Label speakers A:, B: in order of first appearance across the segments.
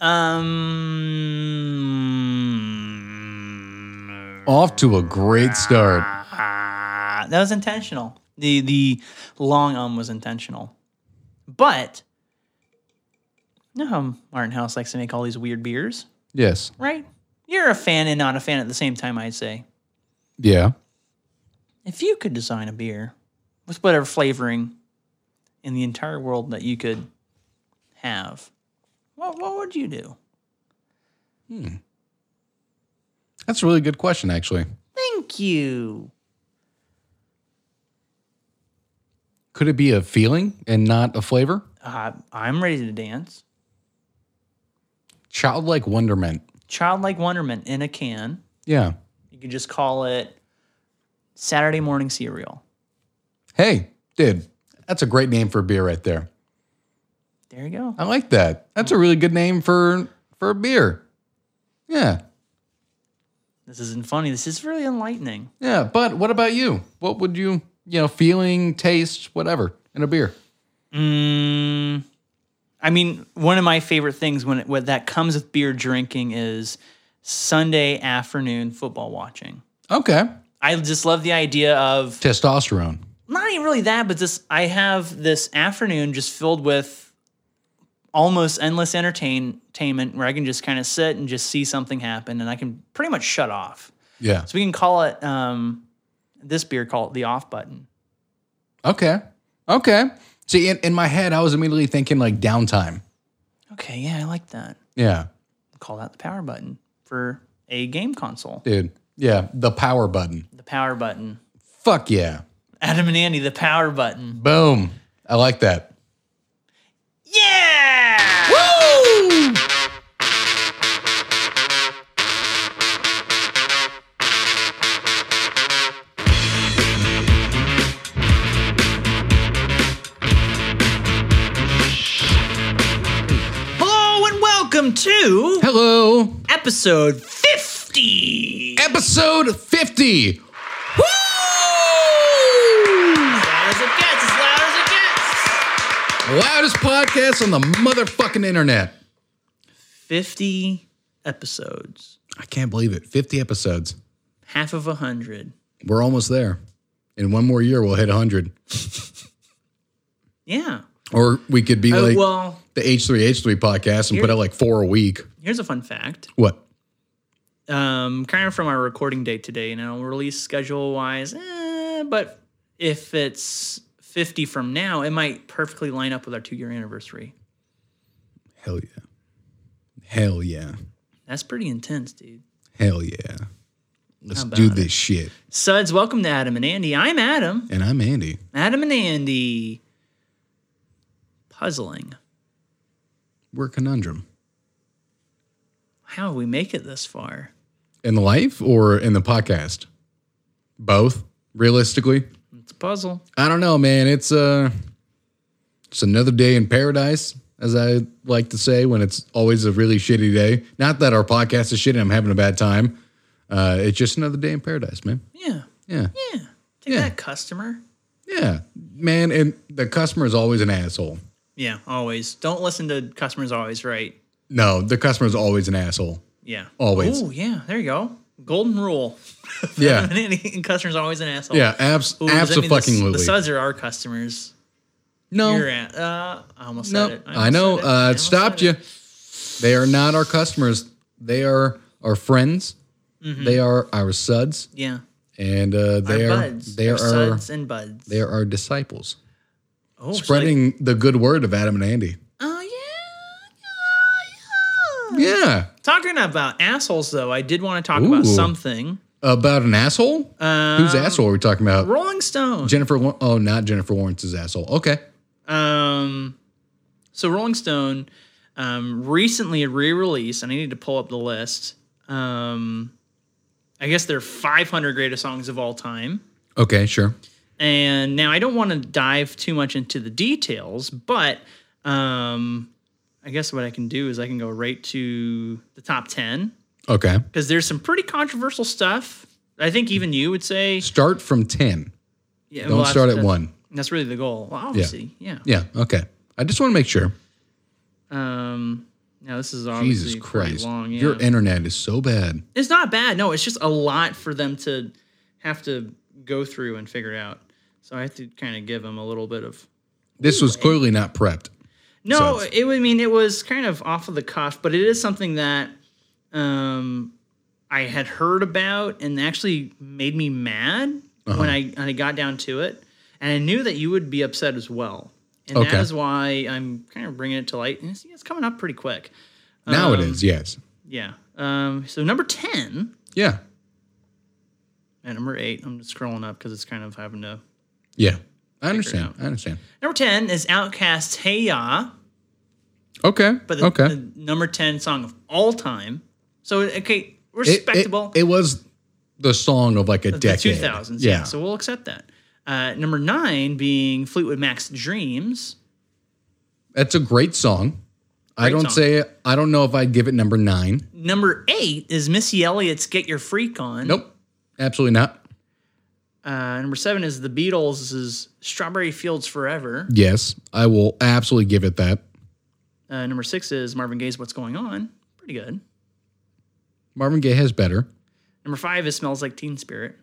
A: Um,
B: off to a great start.
A: Ah, that was intentional. The the long um was intentional. But you know how Martin House likes to make all these weird beers,
B: Yes.
A: right? You're a fan and not a fan at the same time, I'd say.
B: Yeah.
A: If you could design a beer with whatever flavoring in the entire world that you could have, what what would you do?
B: That's a really good question, actually.
A: Thank you.
B: Could it be a feeling and not a flavor?
A: Uh, I'm ready to dance.
B: Childlike wonderment.
A: Childlike wonderment in a can.
B: Yeah.
A: You could just call it Saturday morning cereal.
B: Hey, dude, that's a great name for a beer right there.
A: There you go.
B: I like that. That's a really good name for for a beer. Yeah.
A: This isn't funny. This is really enlightening.
B: Yeah. But what about you? What would you, you know, feeling, taste, whatever, in a beer?
A: Mm, I mean, one of my favorite things when it, when that comes with beer drinking is Sunday afternoon football watching.
B: Okay.
A: I just love the idea of
B: Testosterone.
A: not even really that, but this I have this afternoon just filled with almost endless entertain- entertainment where I can just kind of sit and just see something happen, and I can pretty much shut off.
B: Yeah.
A: So we can call it um, this beer call it the off button.
B: Okay. Okay. See, in, in my head, I was immediately thinking like downtime.
A: Okay, yeah, I like that.
B: Yeah.
A: Call that the power button for a game console.
B: Dude. Yeah. The power button.
A: The power button.
B: Fuck yeah.
A: Adam and Andy, the power button.
B: Boom. I like that.
A: Yeah!
B: Woo!
A: Hello and welcome to
B: Hello.
A: episode 50.
B: Episode 50.
A: Loud as it gets, as loud as it gets.
B: Loudest podcast on the motherfucking internet.
A: 50 episodes,
B: I can't believe it. 50 episodes.
A: half of a 100.
B: We're almost there. In one more year, we'll hit 100.
A: Yeah.
B: Or we could be
A: Oh,
B: like
A: well,
B: the H3H3 podcast and put out like four a week.
A: here's a fun fact.
B: What?
A: um, kind of from our recording date today. You know, release schedule wise, eh, but if it's 50 from now, it might perfectly line up with our two year anniversary.
B: Hell yeah. Hell yeah.
A: That's pretty intense, dude.
B: Hell yeah. Let's
A: How
B: do
A: about
B: this shit.
A: Suds, welcome to Adam and Andy. I'm Adam.
B: And I'm Andy.
A: Adam and Andy. Puzzling.
B: We're a conundrum.
A: How we make it this far?
B: In life or in the podcast? Both, realistically.
A: It's a puzzle.
B: I don't know, man. It's uh it's another day in paradise, as I like to say when it's always a really shitty day. Not that our podcast is shitty, and I'm having a bad time. Uh it's just another day in paradise, man.
A: Yeah.
B: Yeah.
A: Yeah. Take
B: Yeah.
A: that customer.
B: Yeah. Man, and the customer is always an asshole.
A: Yeah, always. Don't listen to customers always, right?
B: No, the customer is always an asshole.
A: Yeah.
B: Always.
A: Oh, yeah. There you go. Golden rule.
B: Yeah.
A: and customers are always an asshole.
B: Yeah, abs
A: Ooh, does that mean the- The,
B: absolutely.
A: suds are our customers.
B: no.
A: You're at, uh, I almost
B: No,
A: said it.
B: I
A: almost
B: know.
A: said it.
B: Uh, it
A: almost
B: stopped
A: said
B: you.
A: it.
B: They are not our customers. They are our friends. They are our suds,
A: Yeah.
B: and uh, they
A: Mm-hmm. our
B: are
A: buds.
B: they
A: our
B: are our,
A: suds and buds.
B: they are our disciples,
A: oh, so like-
B: spreading the good word of Adam and Andy.
A: oh, yeah. yeah, yeah.
B: Yeah,
A: Talking about assholes, though, I did want to talk
B: Ooh.
A: about something.
B: about an asshole.
A: Um,
B: Whose asshole are we talking about?
A: Rolling Stone.
B: Jennifer. Wa- Oh, not Jennifer Lawrence's asshole. Okay.
A: Um, so Rolling Stone um, recently re-released, and I need to pull up the list. Um, I guess they're 500 greatest songs of all time.
B: Okay. Sure.
A: And now I don't want to dive too much into the details, but um, I guess what I can do is I can go right to the top 10
B: Okay.
A: because there's some pretty controversial stuff. I think even you would say
B: Start from ten.
A: yeah,
B: Don't
A: well,
B: start
A: that's-
B: at one.
A: That's really the goal. Well, obviously, yeah.
B: Yeah. Okay. I just want to make sure.
A: Um, Now this is obviously
B: Jesus
A: pretty
B: Christ.
A: long. Yeah.
B: Your internet is so bad.
A: it's not bad. No, it's just a lot for them to have to go through and figure out. So I have to kind of give them a little bit of
B: This was clearly not prepped.
A: No,
B: So it's-
A: it. would- I mean, it was kind of off of the cuff, but it is something that um, I had heard about and actually made me mad
B: Uh-huh.
A: when I when I got down to it, and I knew that you would be upset as well, and
B: Okay.
A: that is why I'm kind of bringing it to light. And see, it's coming up pretty quick.
B: Now it
A: Um,
B: is, yes.
A: Yeah. Um, so number ten
B: Yeah.
A: and number eight. I'm just scrolling up because it's kind of having to.
B: Yeah. I understand. I understand.
A: Number ten is Outcast's "Hey Ya."
B: Okay.
A: but the,
B: okay.
A: the number 10 song of all time. So, okay,
B: It- it-
A: respectable.
B: It, was the song of like a
A: the
B: decade.
A: 2000s. Yeah. So we'll accept that. Uh, number nine being Fleetwood Mac's Dreams.
B: That's a great song. I
A: Great
B: don't
A: song.
B: say I don't know if I'd give it number nine.
A: Number eight is Missy Elliott's Get Your Freak On.
B: Nope. Absolutely not.
A: Uh, number seven is The Beatles' Strawberry Fields Forever.
B: Yes. I will absolutely give it that.
A: Uh, number six is Marvin Gaye's What's Going On. Pretty good.
B: Marvin Gaye has better.
A: Number five is Smells Like Teen Spirit.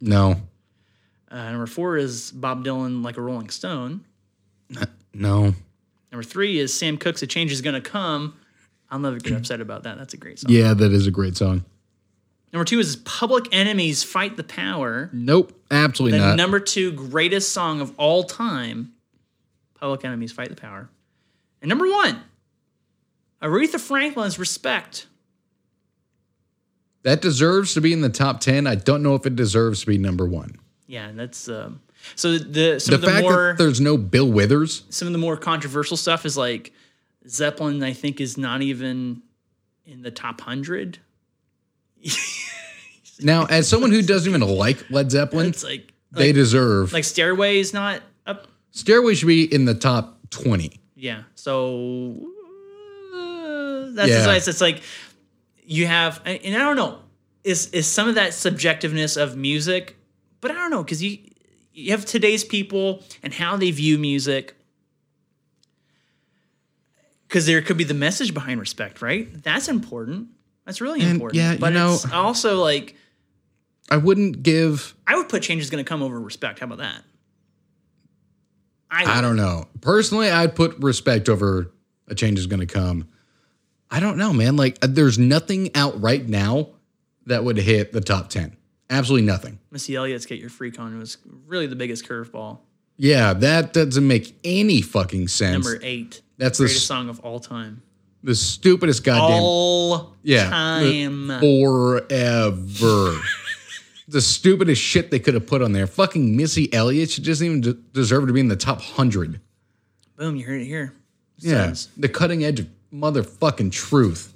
B: No.
A: Uh, number four is Bob Dylan Like a Rolling Stone.
B: No.
A: Number three is Sam Cooke's A Change Is Gonna Come. I'll never get upset about that. That's a great song.
B: Yeah, that is a great song.
A: Number two is Public Enemies Fight the Power.
B: Nope. Absolutely
A: The
B: not.
A: number two greatest song of all time, Public Enemies Fight the Power. And number one, Aretha Franklin's Respect.
B: that deserves to be in the top ten. I don't know if it deserves to be number one.
A: Yeah, that's um, so the some
B: The
A: of the
B: fact
A: more
B: that there's no Bill Withers.
A: some of the more controversial stuff is like Zeppelin. I think is not even in the top hundred.
B: Now, as someone who doesn't even like Led Zeppelin,
A: It's like like,
B: they deserve
A: like Stairway is not up
B: Stairway should be in the top twenty.
A: Yeah. So uh, that's
B: Yeah.
A: why it's, it's like you have, and and I don't know, is is some of that subjectiveness of music, but I don't know because you you have today's people and how they view music. Because there could be the message behind respect, right? That's important. That's really
B: And,
A: important.
B: yeah, you
A: but
B: know-
A: it's also like
B: I wouldn't give.
A: I would put change is going to come over respect. How about that?
B: I
A: would.
B: don't know. Personally, I'd put respect over a change is going to come. I don't know, man. Like, uh, there's nothing out right now that would hit the top ten. Absolutely nothing.
A: Missy Elliott's "Get Your Freak On" was really the biggest curveball.
B: Yeah, that doesn't make any fucking sense.
A: Number eight.
B: That's the
A: greatest
B: s-
A: song of all time.
B: the stupidest goddamn
A: All
B: yeah
A: time.
B: forever. the stupidest shit they could have put on there. Fucking Missy Elliott. She doesn't even de- deserve to be in the top hundred.
A: Boom, you heard it here.
B: Yeah,
A: Sons.
B: the cutting edge of motherfucking truth.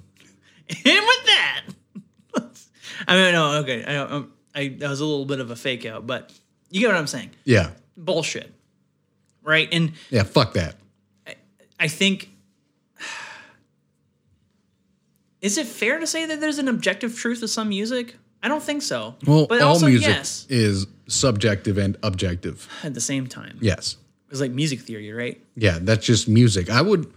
A: And with that, I mean, no, okay. I, um, I, that was a little bit of a fake out, but you get what I'm saying.
B: Yeah,
A: Bullshit. Right? And
B: yeah. Fuck that.
A: I think. Is it fair to say that there's an objective truth to some music? I don't think so.
B: Well,
A: but
B: all
A: also,
B: music
A: yes,
B: is subjective and objective.
A: at the same time.
B: Yes.
A: It's like music theory, right?
B: Yeah, that's just music. I would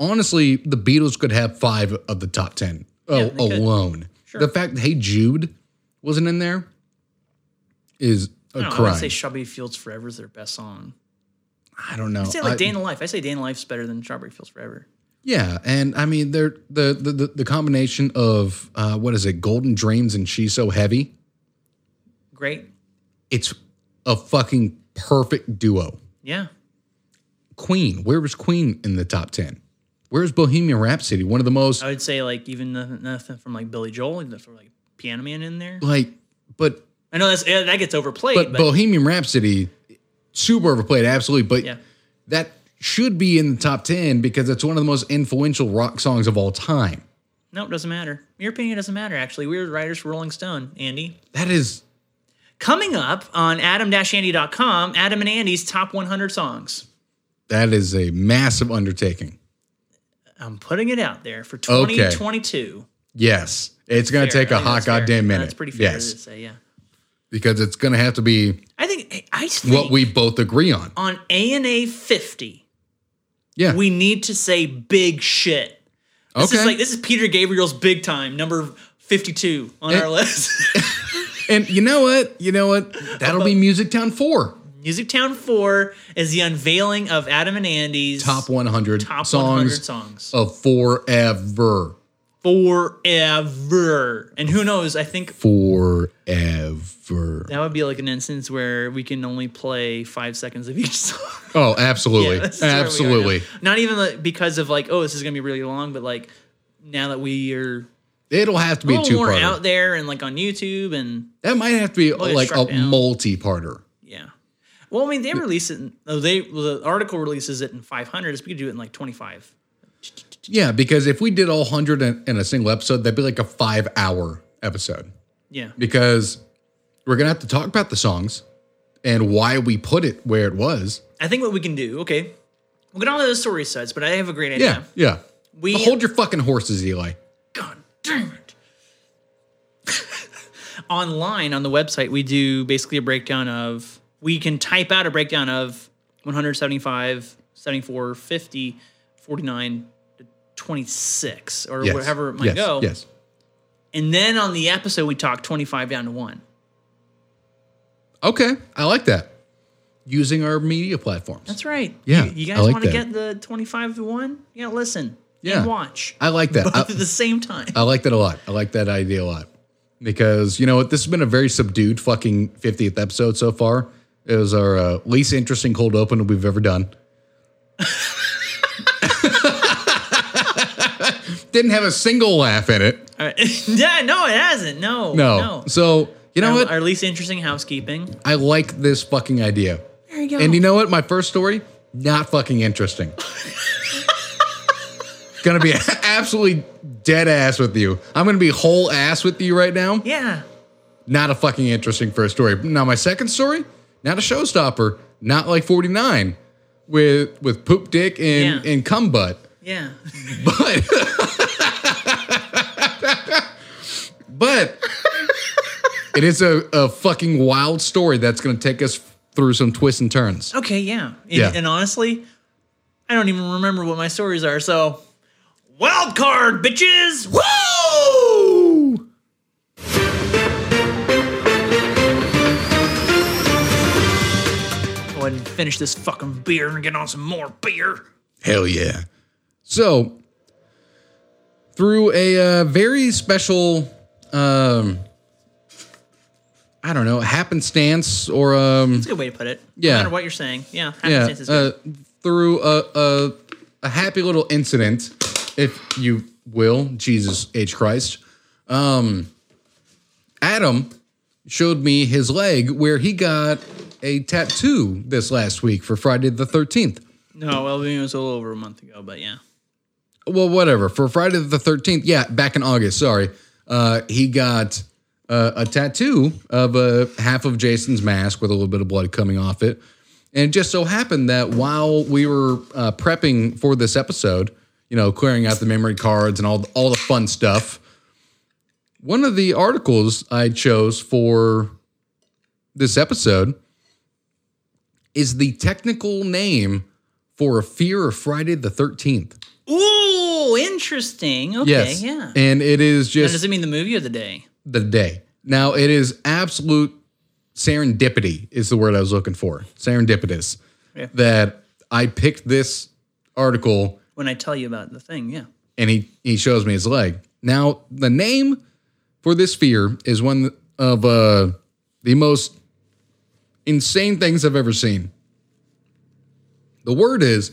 B: honestly, the Beatles could have five of the top ten oh,
A: they could.
B: alone.
A: Sure.
B: The fact that Hey Jude wasn't in there is a
A: I don't know, I
B: crime.
A: would say Strawberry Fields Forever is their best song.
B: I don't know.
A: I say like Day in the Life. I say Day in the Life's better than Strawberry Fields Forever.
B: yeah, and I mean, they're the the the, the combination of uh, what is it, Golden Dreams and She's So Heavy.
A: Great.
B: It's a fucking perfect duo.
A: Yeah.
B: Queen. Where was Queen in the top ten? Where's Bohemian Rhapsody? One of the most
A: I would say like even nothing, nothing from like Billy Joel, nothing from like Piano Man in there.
B: like, but
A: I know that's yeah, that gets overplayed,
B: but,
A: but,
B: Bohemian Rhapsody, super overplayed, absolutely. But
A: Yeah.
B: that should be in the top ten because it's one of the most influential rock songs of all time.
A: no, it doesn't matter. Your opinion doesn't matter. Actually, we were writers for Rolling Stone. Andy,
B: That is
A: coming up on Adam-Andy.com, Adam and Andy's top 100 songs.
B: that is a massive undertaking.
A: I'm putting it out there for
B: Okay.
A: 2022.
B: Yes, it's going to
A: Fair.
B: take
A: I
B: a
A: think
B: hot
A: that's fair.
B: goddamn minute.
A: That's pretty fair to
B: Yes,
A: say. Yeah,
B: because it's going to have to be
A: I think I think
B: what we both agree on.
A: on A and A 50.
B: Yeah,
A: we need to say big shit. This
B: Okay.
A: is like this is Peter Gabriel's big time number fifty-two on
B: Eh.
A: our list.
B: and you know what? You know what? That'll be Music Town 4.
A: Music Town Four is the unveiling of Adam and Andy's
B: Top 100
A: top
B: songs
A: 100 songs
B: of forever.
A: forever. And who knows? I think
B: Forever.
A: that would be like an instance where we can only play five seconds of each song.
B: Oh, absolutely.
A: This is where we are now.
B: absolutely.
A: Not even like, because of like, oh, this is gonna be really long, but like now that we are
B: It'll have to
A: a
B: be a
A: little
B: two
A: more
B: parter.
A: out there and like on YouTube and
B: That might have to be
A: get
B: like a
A: struck down.
B: multi parter.
A: yeah. Well, I mean, they release it. In, oh, they well, the article releases it in 500. so We could do it in like 25.
B: Yeah, because if we did all 100 in, in a single episode, that'd be like a five hour episode.
A: Yeah,
B: Because we're going to have to talk about the songs and why we put it where it was.
A: I think what we can do. Okay, we'll get all the story sides, but I have a great idea.
B: Yeah. Yeah.
A: We
B: Hold your fucking horses, Eli.
A: God damn it. Online on the website, we do basically a breakdown of, we can type out a breakdown of 175, 74, 50, 49 to 26 or
B: Yes.
A: whatever it might
B: yes.
A: go.
B: Yes.
A: And then on the episode, we talk 25 down to one.
B: Okay. I like that. Using our media platforms.
A: That's right.
B: Yeah,
A: You, you
B: I
A: guys
B: like
A: want to get
B: that.
A: the 25 to one? Yeah, listen.
B: Yeah.
A: And watch.
B: I like that.
A: both
B: I- Uh,
A: at the same time.
B: I like that a lot. I like that idea a lot because you know what? This has been a very subdued fucking 50th episode so far. It was our uh, least interesting cold open we've ever done. Didn't have a single laugh in it.
A: All right. yeah, no, it hasn't. No.
B: No. So you know
A: our,
B: what?
A: our least interesting housekeeping.
B: I like this fucking idea.
A: There you go.
B: And you know what? My first story, not fucking interesting. gonna be absolutely dead ass with you. I'm gonna be whole ass with you right now.
A: Yeah.
B: not a fucking interesting first story. Now my second story, not a showstopper, not like 49 with with poop dick and
A: Yeah.
B: and cum butt.
A: Yeah.
B: But but it is a, a fucking wild story that's going to take us through some twists and turns.
A: Okay, yeah. And,
B: Yeah.
A: and honestly, I don't even remember what my stories are, so wild card, bitches! Woo! Go ahead and finish this fucking beer and get on some more beer.
B: Hell yeah. So, through a uh, very special, um, I don't know, happenstance or, um,
A: That's a good way to put it.
B: Yeah.
A: No matter what you're saying. Yeah.
B: yeah,
A: happenstance is good.
B: uh, through a, a, a happy little incident, if you will, Jesus H. Christ, um, Adam showed me his leg where he got a tattoo this last week for Friday the 13th.
A: no, well, it was a little over a month ago, but yeah.
B: well, whatever. For Friday the 13th, yeah, back in August, sorry. Uh, he got uh, a tattoo of a half of Jason's mask with a little bit of blood coming off it. And it just so happened that while we were uh, prepping for this episode, you know, clearing out the memory cards and all the, all the fun stuff, one of the articles I chose for this episode is the technical name for a fear of Friday the 13th.
A: Ooh, interesting. Okay,
B: Yes.
A: yeah.
B: And it is
A: Now,
B: just
A: does it mean the movie or the day?
B: the day. Now it is absolute serendipity is the word I was looking for. Serendipitous.
A: Yeah.
B: That I picked this article
A: When I tell you about the thing, yeah.
B: and he he shows me his leg. Now the name for this fear is one of uh, the most insane things I've ever seen. The word is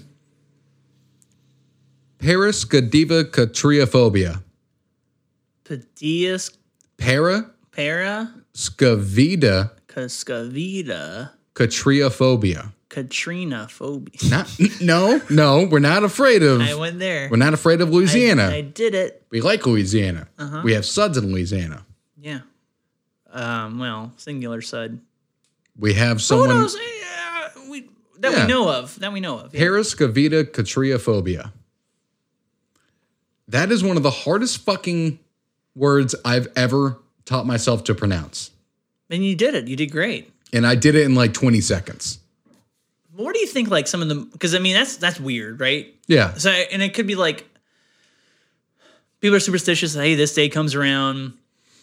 B: Paris Godiva Catriophobia.
A: Padias
B: Para
A: para
B: Scavida
A: cascavida
B: Catriophobia.
A: Katrina phobia.
B: Not no, no, we're not afraid of
A: I went there.
B: we're not afraid of Louisiana.
A: I, Uh-huh. I did it.
B: we like Louisiana. We have suds in Louisiana.
A: Yeah. Um, well, singular sud.
B: We have
A: Who
B: someone
A: knows? Uh, we, that
B: Yeah.
A: we know of. That we know of. Yeah.
B: Paris Cavita Catriophobia. That is one of the hardest fucking words I've ever taught myself to pronounce.
A: And you did it. You did great.
B: And I did it in like 20 seconds.
A: What do you think? Like some of the because I mean that's that's weird, right?
B: Yeah.
A: So and it could be like people are superstitious. Hey, this day comes around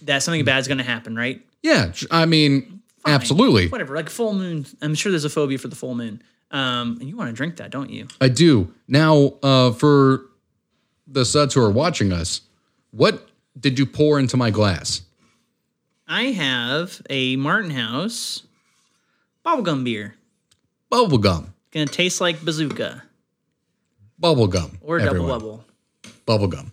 A: that something bad's going to happen, right?
B: Yeah, tr- I mean, absolutely.
A: Whatever, like full moon. I'm sure there's a phobia for the full moon. Um, and you want to drink that, don't you?
B: I do. Now, uh, for the suds who are watching us, what did you pour into my glass?
A: I have a Martin House bubblegum beer.
B: Bubblegum.
A: Gonna taste like bazooka
B: Bubblegum.
A: or double
B: everyone.
A: level.
B: Bubblegum.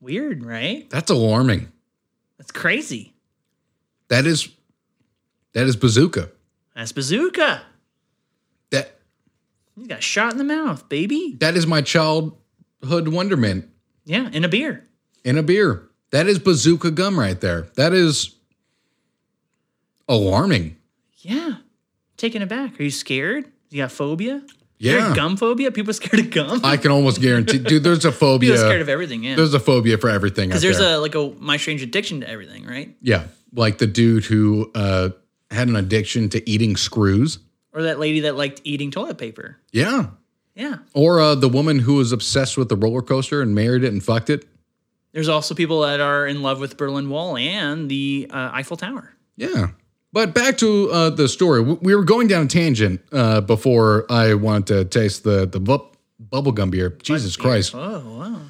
A: Weird, right?
B: That's alarming.
A: That's crazy.
B: That is that is bazooka.
A: That's bazooka.
B: That
A: You got shot in the mouth, baby.
B: that is my childhood wonderment
A: Yeah, in a beer.
B: in a beer. That is bazooka gum right there. That is alarming.
A: Yeah. Taken aback. Are you scared? You got phobia? You
B: Yeah.
A: got gum phobia? People scared of gum?
B: I can almost guarantee dude, there's a
A: People
B: phobia.
A: scared of everything, yeah.
B: there's a phobia for everything. Out
A: Because there's
B: there.
A: a like a my strange addiction to everything, right?
B: yeah. Like the dude who uh had an addiction to eating screws.
A: Or that lady that liked eating toilet paper.
B: Yeah.
A: Yeah.
B: Or uh, the woman who was obsessed with the roller coaster and married it and fucked it.
A: There's also people that are in love with Berlin Wall and the uh, Eiffel Tower.
B: Yeah. But back to uh, the story. W- We were going down a tangent uh, before I wanted to taste the the bu- bubblegum beer. Jesus Christ.
A: Oh wow.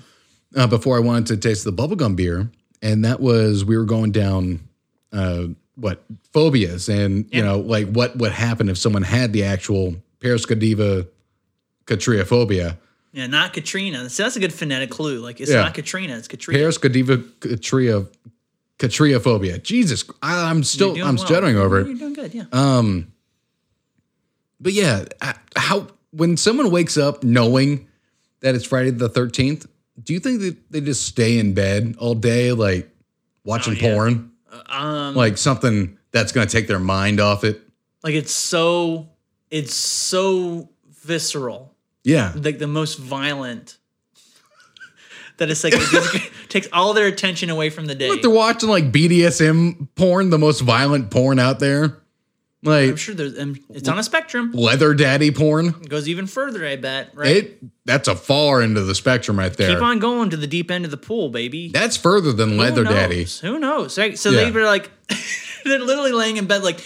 B: Uh, before I wanted to taste the bubblegum beer. And that was, we were going down uh, what phobias and, you know, like what would happen if someone had the actual Paris Godiva catriophobia.
A: Yeah, not Katrina. So that's a good phonetic clue. Like it's
B: Yeah.
A: not Katrina, it's Katrina.
B: Paris Godiva catrio, catriophobia. Jesus, I, I'm
A: You're
B: still,
A: doing
B: I'm
A: well.
B: stuttering over it.
A: You're doing good, yeah.
B: But yeah, I- how when someone wakes up knowing that it's Friday the thirteenth, do you think that they just stay in bed all day, like watching
A: yeah.
B: porn,
A: um like,
B: like something that's going to take their mind off it?
A: it's so it's so visceral.
B: Yeah,
A: Like the most violent that it's like it just takes all their attention away from the day.
B: but they're watching like BDSM porn, the most violent porn out there,
A: I'm
B: like
A: sure there's um, it's on a spectrum.
B: leather daddy porn.
A: It goes even further, I bet, right?
B: It that's a far into the spectrum right there.
A: Keep on going to the deep end of the pool, baby.
B: that's further than
A: Who
B: leather
A: knows?
B: daddy.
A: Who knows? Right? So
B: Yeah.
A: they were like, they're literally laying in bed like,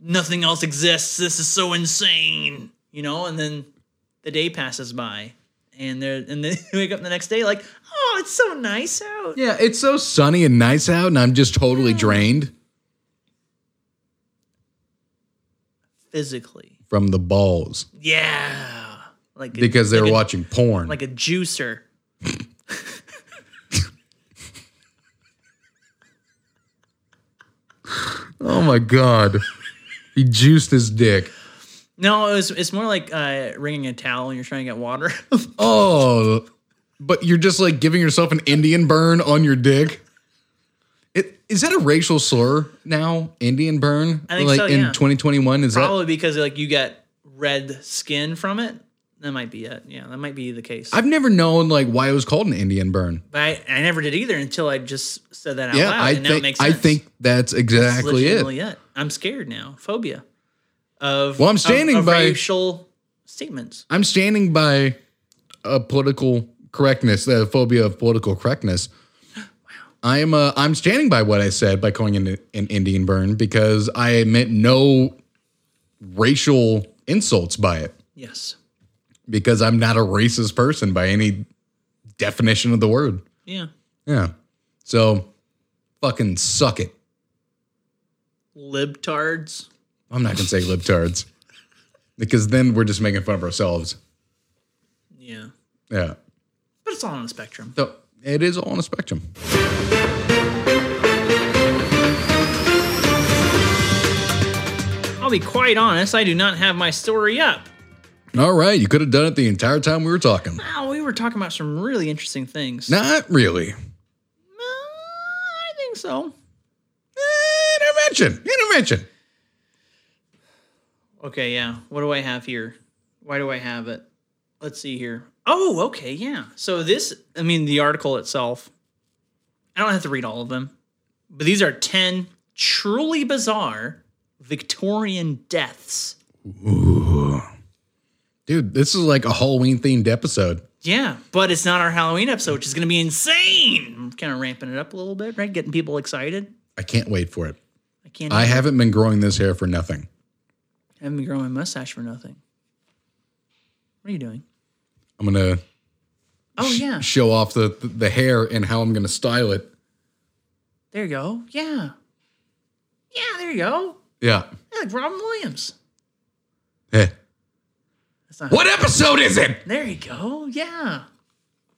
A: nothing else exists. This is so insane, you know. And then the day passes by, and they're and they wake up the next day like, oh, it's so nice out.
B: Yeah, it's so sunny and nice out, and I'm just totally drained
A: Physically,
B: from the balls
A: yeah, like a-
B: because they
A: like
B: were
A: a-
B: watching porn.
A: like a juicer.
B: Oh my god. He juiced his dick.
A: No, it was, it's more like uh, wringing a towel and you're trying to get water.
B: Oh, but you're just like giving yourself an Indian burn on your dick. It, is that a racial slur now? Indian burn?
A: I think
B: like
A: so,
B: in
A: yeah.
B: 2021 is that
A: Probably because like you got red skin from it. That might be it. Yeah, that might be the case.
B: I've never known like why it was called an Indian burn.
A: But I, I never did either until I just said that out
B: Yeah,
A: loud.
B: I
A: and now it
B: think
A: makes
B: I
A: sense.
B: think
A: That's
B: that's exactly it.
A: legitimately it. I'm scared now. Phobia of
B: Well, I'm
A: of-
B: standing
A: of
B: by-
A: racial statements.
B: I'm standing by a political correctness, the phobia of political correctness. I am uh, I'm standing by what I said by calling it an Indian burn because I meant no racial insults by it
A: Yes.
B: because I'm not a racist person by any definition of the word.
A: Yeah.
B: Yeah. So fucking suck it.
A: Libtards.
B: I'm not going to say libtards because then we're just making fun of ourselves.
A: Yeah.
B: Yeah.
A: But it's all on a spectrum.
B: So it is all on a spectrum.
A: I'll be quite honest. I do not have my story up.
B: All right, you could have done it the entire time we were talking.
A: Oh, we were talking about some really interesting things.
B: Not really.
A: Uh, I think so.
B: Intervention. Intervention.
A: Okay, yeah. What do I have here? Why do I have it? Let's see here. Oh, okay, yeah. So this, I mean, the article itself, I don't have to read all of them, but these are 10 truly bizarre Victorian deaths.
B: Dude, this is like a Halloween themed episode.
A: Yeah, but it's not our Halloween episode, which is going to be insane. I'm kind of ramping it up a little bit, right? Getting people excited.
B: I can't wait for it.
A: I can't.
B: I
A: I
B: haven't been growing this hair for nothing.
A: haven't been growing my mustache for nothing. What are you doing?
B: I'm gonna
A: Oh yeah,
B: show off the the, the hair and how I'm gonna style it.
A: there you go. Yeah, yeah, there you go.
B: Yeah.
A: Yeah, like Robin Williams.
B: Heh.
A: That's not
B: What episode is it?
A: There you go. Yeah.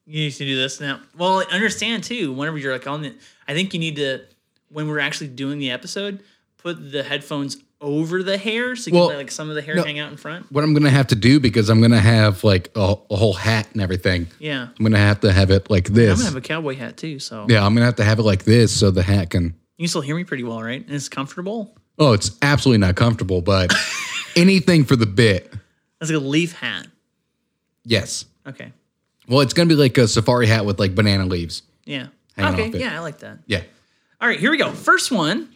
A: You need to do this now. Well, understand too, whenever you're like on the, I think you need to, when we're actually doing the episode, put the headphones over the hair so you
B: Well,
A: can let like some of the hair
B: no.
A: hang out in front.
B: What I'm gonna have to do because I'm gonna have like a, a whole hat and everything.
A: Yeah.
B: I'm gonna have to have it like
A: I'm
B: this.
A: gonna have a cowboy hat too, so
B: yeah, I'm gonna have to have it like this so the hat can.
A: you can still hear me pretty well, right? And it's comfortable.
B: Oh, it's absolutely not comfortable, but anything for the bit.
A: That's like a leaf hat.
B: Yes.
A: Okay.
B: Well, it's gonna be like a safari hat with like banana leaves.
A: Yeah.
B: Hanging
A: okay.
B: off it.
A: Yeah, I like that.
B: Yeah.
A: All right, here we go. First one,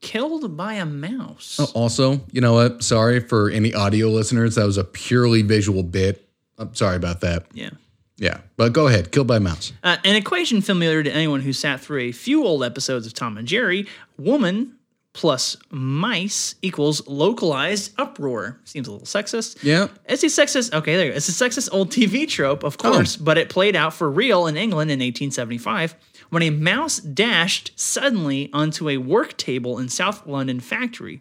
A: killed by a mouse.
B: Also, you know what? Sorry for any audio listeners. That was a purely visual bit. I'm sorry about that.
A: Yeah.
B: Yeah, but go ahead. Killed by mouse.
A: Uh, an equation familiar to anyone who sat through a few old episodes of Tom and Jerry woman plus mice equals localized uproar. Seems a little sexist.
B: Yeah.
A: It's a sexist, okay, there you go. It's a sexist old TV trope, of course, but it played out for real in England in 1875 when a mouse dashed suddenly onto a work table in South London factory.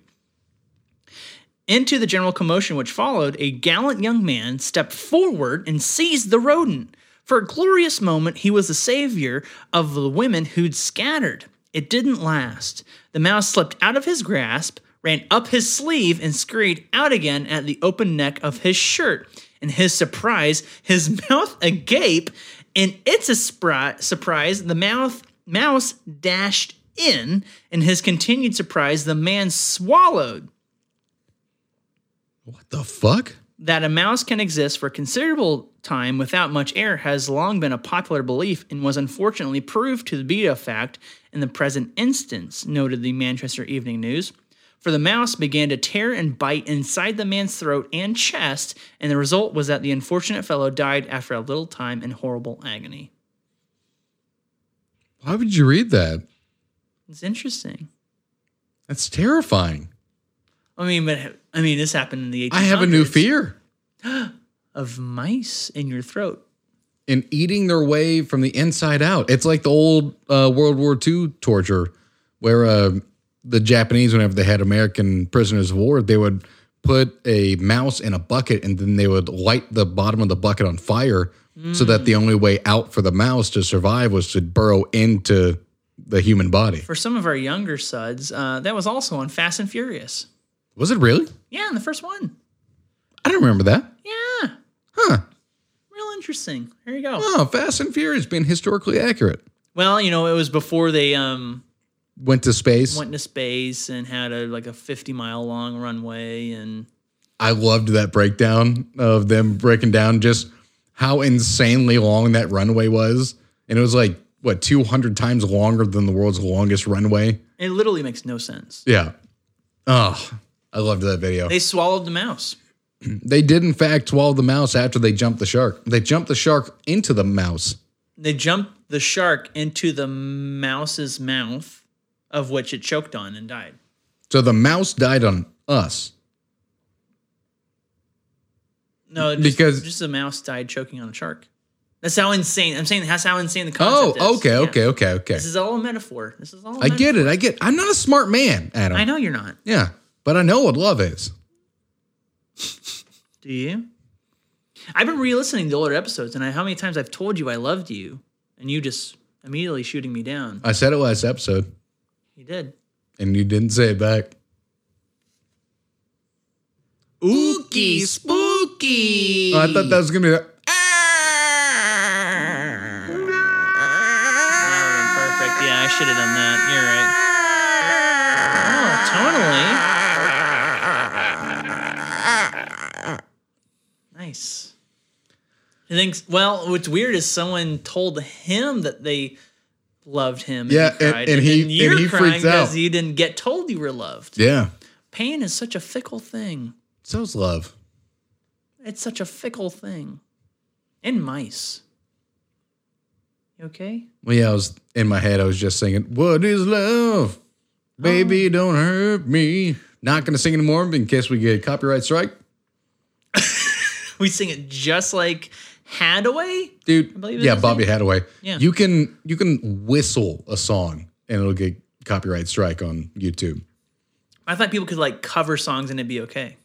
A: Into the general commotion which followed, a gallant young man stepped forward and seized the rodent. For a glorious moment, he was the savior of the women who'd scattered. It didn't last. The mouse slipped out of his grasp, ran up his sleeve, and scurried out again at the open neck of his shirt. In his surprise, his mouth agape, in its surpri- surprise, the mouth mouse dashed in. In his continued surprise, the man swallowed
B: What the fuck?
A: that a mouse can exist for considerable time without much air has long been a popular belief and was unfortunately proved to be a fact in the present instance, noted the Manchester Evening News. For the mouse began to tear and bite inside the man's throat and chest, and the result was that the unfortunate fellow died after a little time in horrible agony.
B: Why would you read that?
A: It's interesting.
B: That's terrifying.
A: I mean, but I mean, this happened in the 1800s.
B: I have a new fear.
A: of mice in your throat.
B: And eating their way from the inside out. It's like the old uh, World War II torture, where uh, the Japanese, whenever they had American prisoners of war, they would put a mouse in a bucket and then they would light the bottom of the bucket on fire so that the only way out for the mouse to survive was to burrow into the human body.
A: For some of our younger suds, uh, that was also on Fast and Furious.
B: Was it really?
A: Yeah, in the first one.
B: I don't remember that.
A: Yeah,
B: Huh.
A: real interesting. There you go.
B: Oh, Fast and Furious being historically accurate.
A: Well, you know, it was before they um
B: Went to space.
A: went into space and had a like a 50 mile long runway and
B: I loved that breakdown of them breaking down just how insanely long that runway was. And it was like, what, 200 times longer than the world's longest runway?
A: it literally makes no sense.
B: Yeah. Oh, I loved that video.
A: They swallowed the mouse.
B: They did, in fact, swallow the mouse after they jumped the shark. They jumped the shark into the mouse.
A: They jumped the shark into the mouse's mouth, of which it choked on and died.
B: So the mouse died on us.
A: No, just,
B: Because-
A: just the mouse died choking on a shark. That's how insane. I'm saying that's how insane the
B: Oh,
A: concept is.
B: okay,
A: Yeah.
B: okay, okay, okay.
A: This is all a metaphor. This is all. I
B: I get it. I get I'm not a smart man, Adam.
A: I know you're not.
B: Yeah. But I know what love is.
A: Do you? I've been re-listening to older episodes, and I, how many times I've told you I loved you, and you just immediately shooting me down.
B: I said it last episode,
A: You did.
B: and you didn't say it back.
A: Ookie spooky.
B: Oh, I thought that was gonna be. the-
A: perfect. Yeah, I should have done that. You're right. Oh, tonally. Nice. He thinks. Well, what's weird is someone told him that they loved him.
B: Yeah,
A: and he,
B: and-
A: cried,
B: and he-
A: then you're
B: and he
A: crying
B: freaks out.
A: because you didn't get told you were loved.
B: Yeah,
A: Pain is such a fickle thing.
B: So's love.
A: It's such a fickle thing. And mice. You okay?
B: Well, yeah, I was in my head. I was just singing, "What is love,
A: Oh.
B: baby? Don't hurt me." Not gonna sing anymore in case we get a copyright strike,
A: We sing it just like Hadaway.
B: dude.
A: believe it's
B: yeah,
A: the
B: Bobby Hadaway.
A: Yeah.
B: you can you can whistle a song and it'll get copyright strike on YouTube.
A: I thought people could like cover songs and it'd be okay.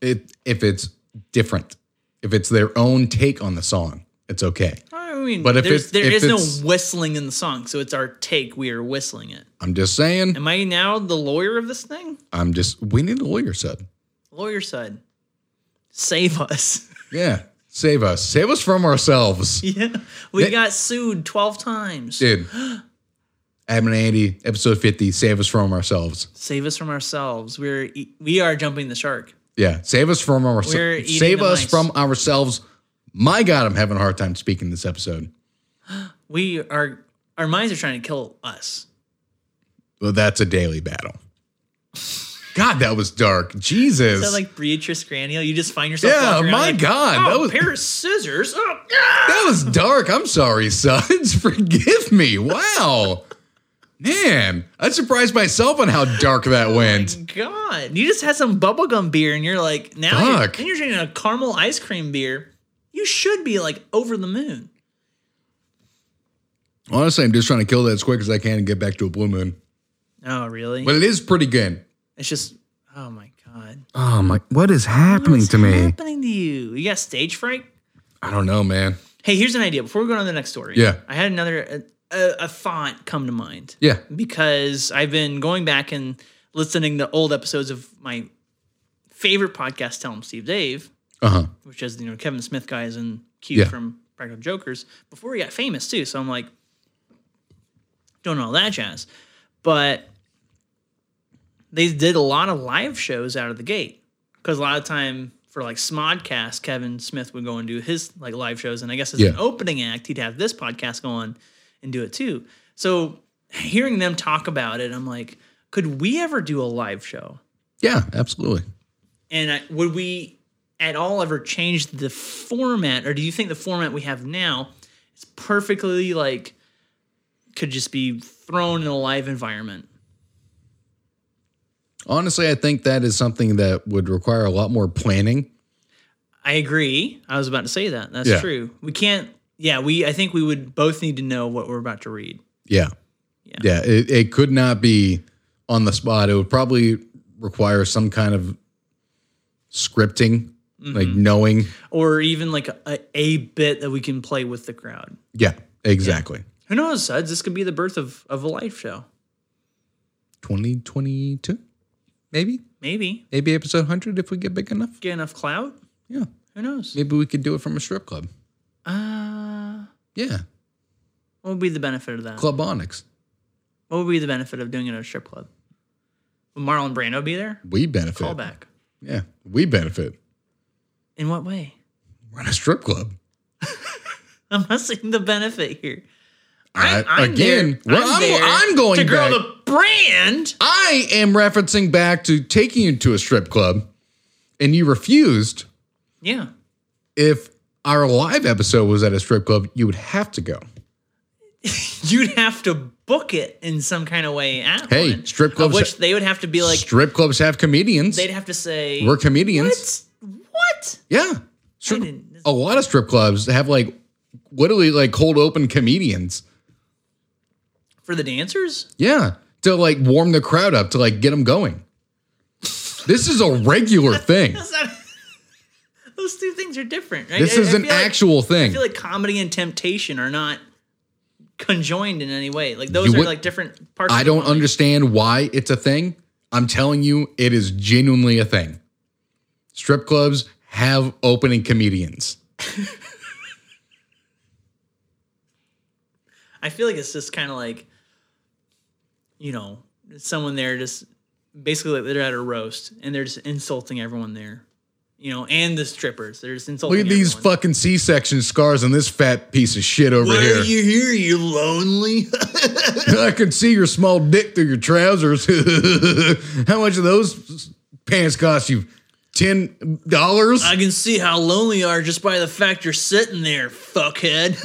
B: It if it's different, if it's their own take on the song, it's okay.
A: I mean,
B: But if
A: there's,
B: it's-
A: there
B: if
A: is
B: it's-
A: no whistling in the song, so it's our take. We are whistling it.
B: I'm just saying.
A: Am I now the lawyer of this thing?
B: I'm just. We need a lawyer, son.
A: Lawyer side, save us.
B: Yeah, save us. Save us from ourselves,
A: yeah, we
B: They-
A: got sued twelve times.
B: dude. Adam and Andy, episode fifty. Save us from ourselves.
A: Save us from ourselves. We're e- we are jumping the shark.
B: Yeah, save us from
A: We're
B: ourselves.
A: eating
B: Save
A: the
B: us
A: mice.
B: from ourselves. My God, I'm having a hard time speaking this episode.
A: We are our minds are trying to kill us.
B: Well, that's a daily battle. God, that was dark. Jesus.
A: Is that like Beatrice Granio? You just find yourself.
B: yeah,
A: walking around
B: my
A: like,
B: God,
A: Oh,
B: that was
A: pair of scissors. Oh, ah!
B: that was dark. I'm sorry, sons. Forgive me. Wow, man, I'm surprised myself on how dark that went.
A: God, you just had some bubblegum beer and you're like, now you're,
B: Fuck.
A: and you're drinking a caramel ice cream beer. You should be like over the moon.
B: Honestly, I'm just trying to kill that as quick as I can and get back to a blue moon.
A: Oh, really?
B: But it is pretty good.
A: It's just, oh my God.
B: Oh my! What is happening
A: What's happening to you? You got stage fright?
B: I don't know, man.
A: Hey, here's an idea. Before we go on to the next story,
B: Yeah.
A: I had another a, a, a thought come to mind
B: Yeah,
A: because I've been going back and listening to old episodes of my favorite podcast, Tell 'Em Steve Dave,
B: uh huh.
A: which is you know Kevin Smith guys and Q
B: Yeah.
A: from Practical Jokers before he got famous too. So I'm like, don't know all that jazz, but they did a lot of live shows out of the gate because a lot of time for like Smodcast, Kevin Smith would go and do his like live shows, and I guess as an
B: Yeah.
A: opening act, he'd have this podcast go on and do it too. So hearing them talk about it, I'm like, could we ever do a live show?
B: Yeah, absolutely.
A: And I, would we at all ever change the format, or do you think the format we have now is perfectly like could just be thrown in a live environment?
B: Honestly, I think that is something that would require a lot more planning.
A: I agree. I was about to say that. That's
B: Yeah.
A: true. We can't. Yeah, we. I think we would both need to know what we're about to read.
B: Yeah.
A: Yeah.
B: it, it could not be on the spot. It would probably require some kind of scripting, like knowing.
A: or even like a, a bit that we can play with the crowd.
B: Yeah, exactly.
A: Who knows, Suds? This could be the birth of, of a live show.
B: 2022, maybe?
A: Maybe
B: Maybe episode 100 if we get big enough.
A: get enough clout.
B: Yeah.
A: Who knows?
B: Maybe we could do it from a strip club.
A: Uh,
B: Yeah.
A: what would be the benefit of that?
B: Club Onyx.
A: What would be the benefit of doing it at a strip club? Would Marlon Brando be there?
B: We benefit.
A: Call back.
B: Yeah. We benefit.
A: In what way?
B: We're at a strip club.
A: I'm not seeing the benefit here.
B: I,
A: I'm
B: again,
A: there-
B: well, I'm,
A: there
B: I'm going
A: to grow
B: back.
A: the brand.
B: I am referencing back to taking you to a strip club and you refused.
A: Yeah.
B: If our live episode was at a strip club, you would have to go.
A: You'd have to book it in some kind of way at
B: Hey,
A: one,
B: strip
A: of
B: clubs-
A: which they would have to be like
B: strip clubs have comedians.
A: they'd have to say
B: We're comedians.
A: What? What?
B: Yeah.
A: I
B: Strip,
A: didn't-
B: a lot of strip clubs have like literally like cold open comedians.
A: For the dancers?
B: Yeah. To like warm the crowd up, to like get them going. this is a regular thing.
A: That's not- those two things are different, right?
B: This
A: I-
B: is
A: I
B: an
A: feel like-
B: actual
A: I
B: thing.
A: feel like comedy and temptation are not conjoined in any way. Like those
B: You
A: are
B: would-
A: like different parts.
B: I
A: of the
B: don't
A: comedy.
B: understand why it's a thing. I'm telling you, it is genuinely a thing. Strip clubs have opening comedians.
A: I feel like it's just kind of like, you know, someone there just basically like they're at a roast and they're just insulting everyone there. you know, and the strippers. They're just insulting.
B: Look at these
A: everyone.
B: fucking C-section scars on this fat piece of shit over
A: Why
B: here.
A: are you here? You lonely?
B: I could see your small dick through your trousers. How much of those pants cost you? Ten dollars?
A: I can see how lonely you are just by the fact you're sitting there, fuckhead.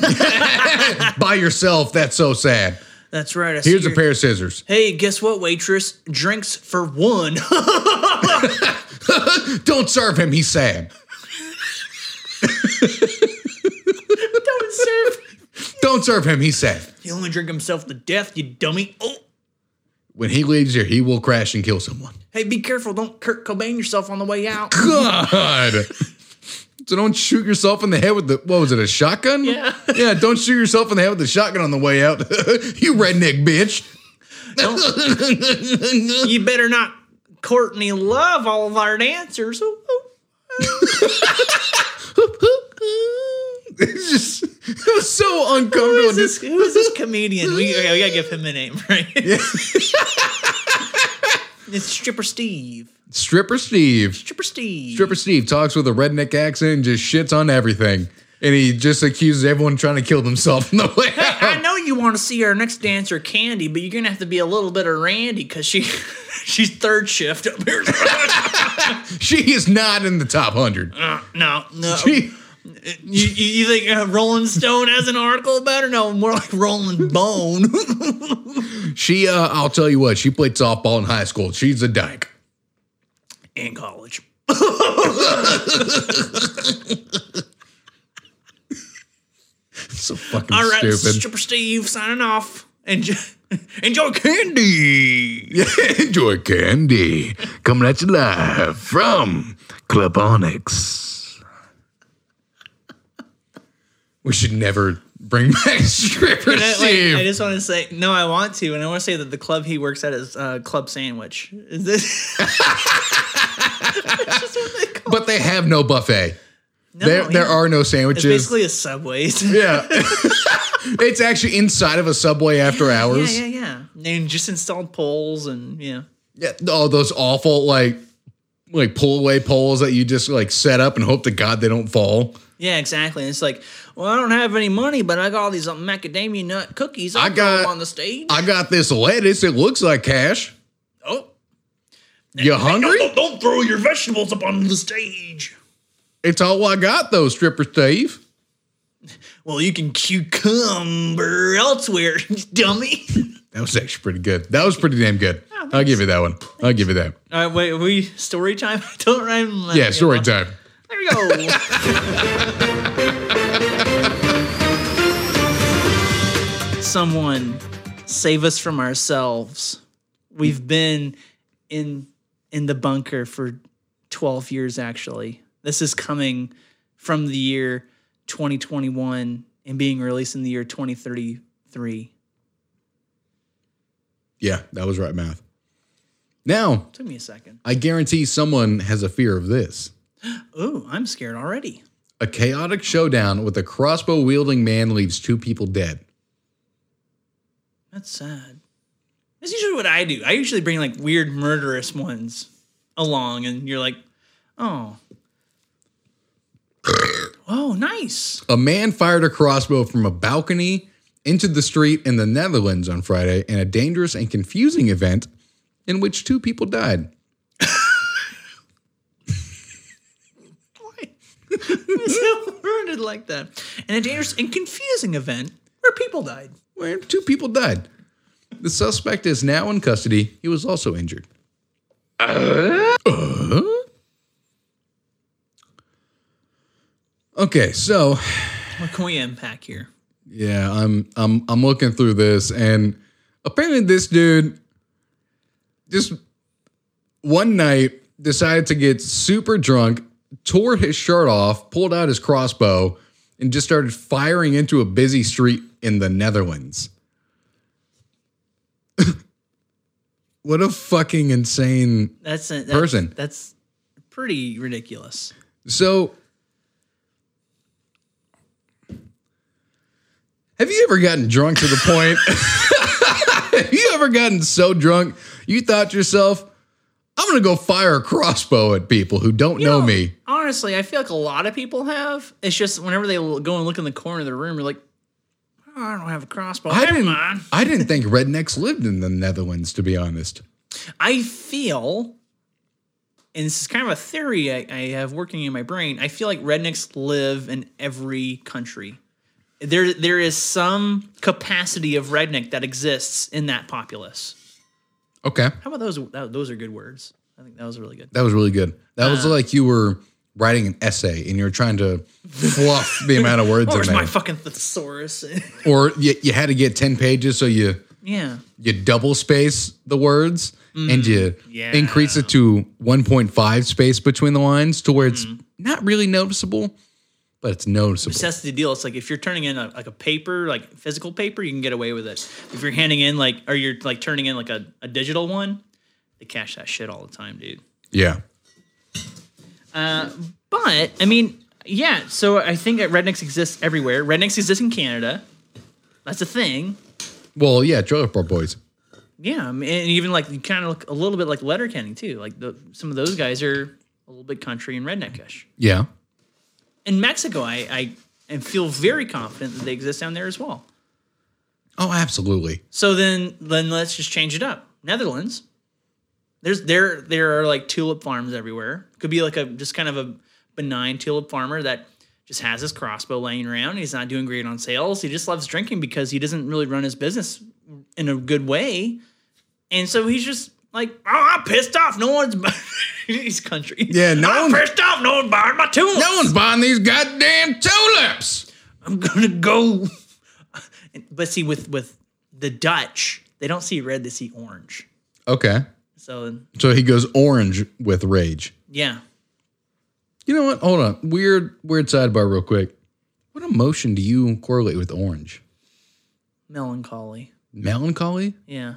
B: By yourself? That's so sad.
A: That's right. I see
B: Here's a
A: your-
B: pair of scissors.
A: Hey, guess what, waitress? Drinks for one.
B: Don't serve him. He's sad.
A: Don't serve.
B: Don't serve him. He's sad.
A: He only drink himself to death, you dummy. Oh,
B: When he leaves here, he will crash and kill someone.
A: hey, be careful. Don't Kurt Cobain yourself on the way out.
B: God. so don't shoot yourself in the head with the what was it? A shotgun?
A: Yeah.
B: Yeah. Don't shoot yourself in the head with the shotgun on the way out. you redneck bitch.
A: you better not Courtney Love all of our dancers. Ooh, ooh.
B: it's just it was so uncomfortable.
A: Who is this,
B: Just-
A: who is this comedian? We, okay, we gotta give him a name, right? it's Stripper Steve.
B: Stripper Steve.
A: Stripper Steve.
B: Stripper Steve talks with a redneck accent and just shits on everything. And he just accuses everyone of trying to kill themselves in the way out.
A: I know you want to see our next dancer, Candy, but you're gonna have to be a little bit of Randy because she she's third shift up here.
B: She is not in the top 100.
A: Uh, no, no.
B: She-
A: You, you, you think uh, Rolling Stone has an article about her? No, more like Rolling Bone.
B: She, uh, I'll tell you what, she played softball in high school. She's a dyke.
A: in college.
B: So fucking
A: All right,
B: stupid.
A: Stripper Steve signing off. Enjoy, enjoy candy.
B: Enjoy candy. Coming at you live from Club Onyx. We should never bring back stripper
A: And I,
B: Steve.
A: wait, I just want to say no. I want to, and I want to say that the club he works at is uh, Club Sandwich. Is this? That's just what they call.
B: but they have no buffet.
A: No,
B: there,
A: he-
B: there are no
A: It's
B: sandwiches.
A: basically a Subway.
B: Yeah, it's actually inside of a subway after
A: yeah,
B: hours.
A: yeah, yeah. And just installed poles and yeah.
B: Yeah, all those awful like like pull away poles that you just like set up and hope to God they don't fall.
A: Yeah, exactly. And it's like, well, I don't have any money, but I got all these uh, macadamia nut cookies. I'll
B: I
A: throw
B: got-
A: 'em on the stage.
B: I got this lettuce. It looks like cash.
A: oh,
B: You hungry?
A: don't, don't throw your vegetables up onto the stage.
B: It's all I got though, stripper Steve.
A: Well, you can cucumber elsewhere, dummy.
B: That was actually pretty good. That was pretty damn good. I'll give you that one. I'll give you that.
A: All right, wait, are we story time? I don't remember.
B: Yeah, story time.
A: There we go. Someone save us from ourselves. We've been in in the bunker for 12 years actually. This is coming from the year 2021 and being released in the year 2033.
B: Yeah, that was right math. Now,
A: Took me a second.
B: I guarantee someone has a fear of this.
A: Ooh, I'm scared already.
B: A chaotic showdown with a crossbow wielding man leaves two people dead.
A: That's sad. That's usually what I do. I usually bring like weird murderous ones along, and you're like, oh. oh, nice.
B: A man fired a crossbow from a balcony into the street in the Netherlands on Friday in a dangerous and confusing event in which two people died.
A: Why? It's so worded like that. In a dangerous and confusing event where people died.
B: Where two people died. The suspect is now in custody. He was also injured. Uh? Okay, so
A: What can we unpack here?
B: yeah, I'm I'm I'm looking through this and apparently this dude just one night decided to get super drunk, tore his shirt off, pulled out his crossbow, and just started firing into a busy street in the Netherlands. what a fucking insane.
A: That's a that's,
B: Person.
A: That's pretty ridiculous.
B: So Have you ever gotten drunk to the point? have you ever gotten so drunk you thought to yourself, I'm I'm gonna go fire a crossbow at people who don't know
A: No,
B: me.
A: Honestly, I feel like a lot of people have. It's just whenever they l- go and look in the corner of the room, you're like, "Oh, I don't have a crossbow.
B: I
A: Never
B: didn't.
A: mind."
B: I didn't think rednecks lived in the Netherlands. To be honest,
A: I feel, and this is kind of a theory I, I have working in my brain. I feel like rednecks live in every country. There, there is some capacity of redneck that exists in that populace.
B: okay,
A: How about those? that- those are good words. I think that was really good.
B: that was really good. That was like you were writing an essay and you were trying to fluff the amount of words in
A: Where's
B: there,
A: my fucking thesaurus?
B: or you, you had to get ten pages, so you
A: yeah.
B: you double space the words and you
A: Mm. yeah.
B: increase it to 1.5 space between the lines to where it's not really noticeable, but it's noticeable.
A: Mm-hmm. So that's the deal. It's like if you're turning in a, like a paper, like physical paper, you can get away with it. If you're handing in like, or you're like turning in like a, a digital one, they cash that shit all the time, dude.
B: Yeah.
A: But I mean, yeah. So I think that rednecks exist everywhere. Rednecks exist in Canada. That's a thing.
B: Well, yeah, Trailer Park Boys.
A: Yeah, I mean, and even like you kind of look a little bit like Letterkenny too. Like the, some of those guys are a little bit country and redneckish.
B: Yeah.
A: In Mexico, I, I and feel very confident that they exist down there as well.
B: Oh, absolutely.
A: So then, then let's just change it up. Netherlands. There's there there are like tulip farms everywhere. Could be like a just kind of a benign tulip farmer that just has his crossbow laying around. He's not doing great on sales. He just loves drinking because he doesn't really run his business in a good way, and so he's just like, oh, I'm pissed off. No one's bu-" he's country.
B: Yeah, no
A: I'm
B: one-
A: pissed off. No one's buying my tulips.
B: No one's buying these goddamn tulips.
A: I'm gonna go. but see, with with the Dutch, they don't see red; they see orange.
B: Okay.
A: So
B: So he goes orange with rage.
A: yeah,
B: You know what? Hold on. Weird, weird sidebar, real quick. What emotion do you correlate with orange?
A: melancholy.
B: Melancholy?
A: Yeah.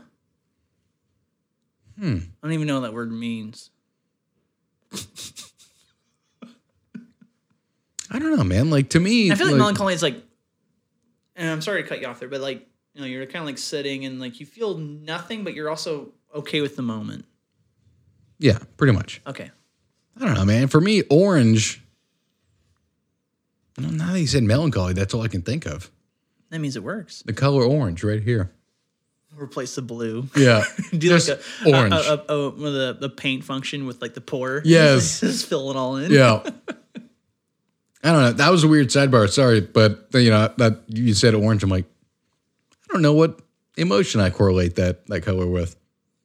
A: Hmm. I don't even know what that word means.
B: I don't know, man. Like to me,
A: I feel like, melancholy is like, and I'm sorry to cut you off there, but like you know, you're kind of like sitting and like you feel nothing, but you're also okay with the moment.
B: Yeah, pretty much.
A: Okay.
B: I don't know, man. For me, orange. Now that you said melancholy, that's all I can think of.
A: That means it works.
B: The color orange right here.
A: Replace the blue.
B: Yeah.
A: Do you like a,
B: Just
A: a-
B: orange.
A: A, a, a- with a- the paint function with like the pour.
B: Yes.
A: Just fill it all in.
B: yeah. I don't know. That was a weird sidebar. Sorry, but you know that you said orange. I'm like, I don't know what emotion I correlate that that color with,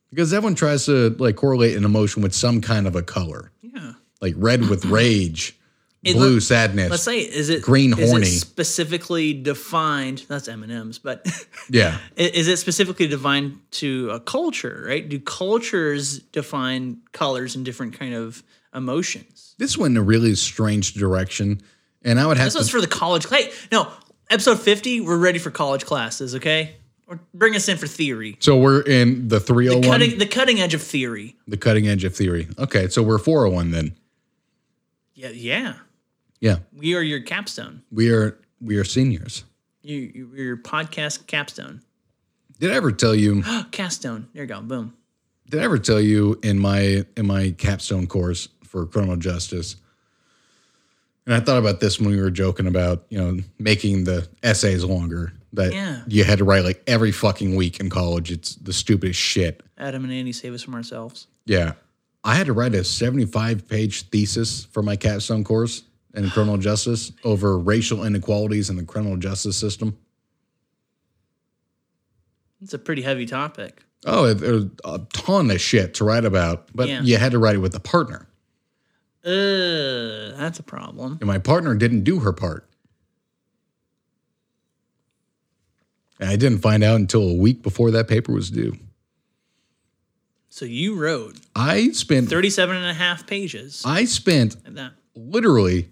B: because everyone tries to like correlate an emotion with some kind of a color,
A: Yeah.
B: like red with rage,
A: It
B: blue
A: look-
B: sadness.
A: Let's say is it
B: Green
A: is it
B: horny.
A: specifically defined? That's M and M's, but
B: yeah,
A: i- is it specifically defined to a culture? Right? Do cultures define colors and different kind of emotions?
B: this went in a really strange direction, and I would have
A: This
B: to
A: was for the college. Hey, no, episode fifty. We're ready for college classes. Okay, or bring us in for theory.
B: So we're in the 301,
A: Cutting the cutting edge of theory.
B: the cutting edge of theory. Okay, so we're 401 then.
A: Yeah, yeah.
B: Yeah,
A: We are your capstone.
B: we are we are seniors.
A: You, you we're your podcast capstone.
B: Did I ever tell you?
A: Capstone. There you go. Boom.
B: Did I ever tell you in my in my capstone course for criminal justice? And I thought about this when we were joking about you know making the essays longer. That
A: Yeah.
B: you had to write like every fucking week in college. It's the stupidest shit.
A: Adam and Andy save us from ourselves.
B: Yeah. I had to write a 75 page thesis for my capstone course in criminal justice over racial inequalities in the criminal justice system.
A: It's a pretty heavy topic.
B: Oh, there was a ton of shit to write about, but
A: Yeah.
B: you had to write it with a partner.
A: Uh, that's a problem.
B: And my partner didn't do her part. And I didn't find out until a week before that paper was due.
A: So you wrote
B: I spent
A: 37 and a half pages
B: I spent
A: like that.
B: literally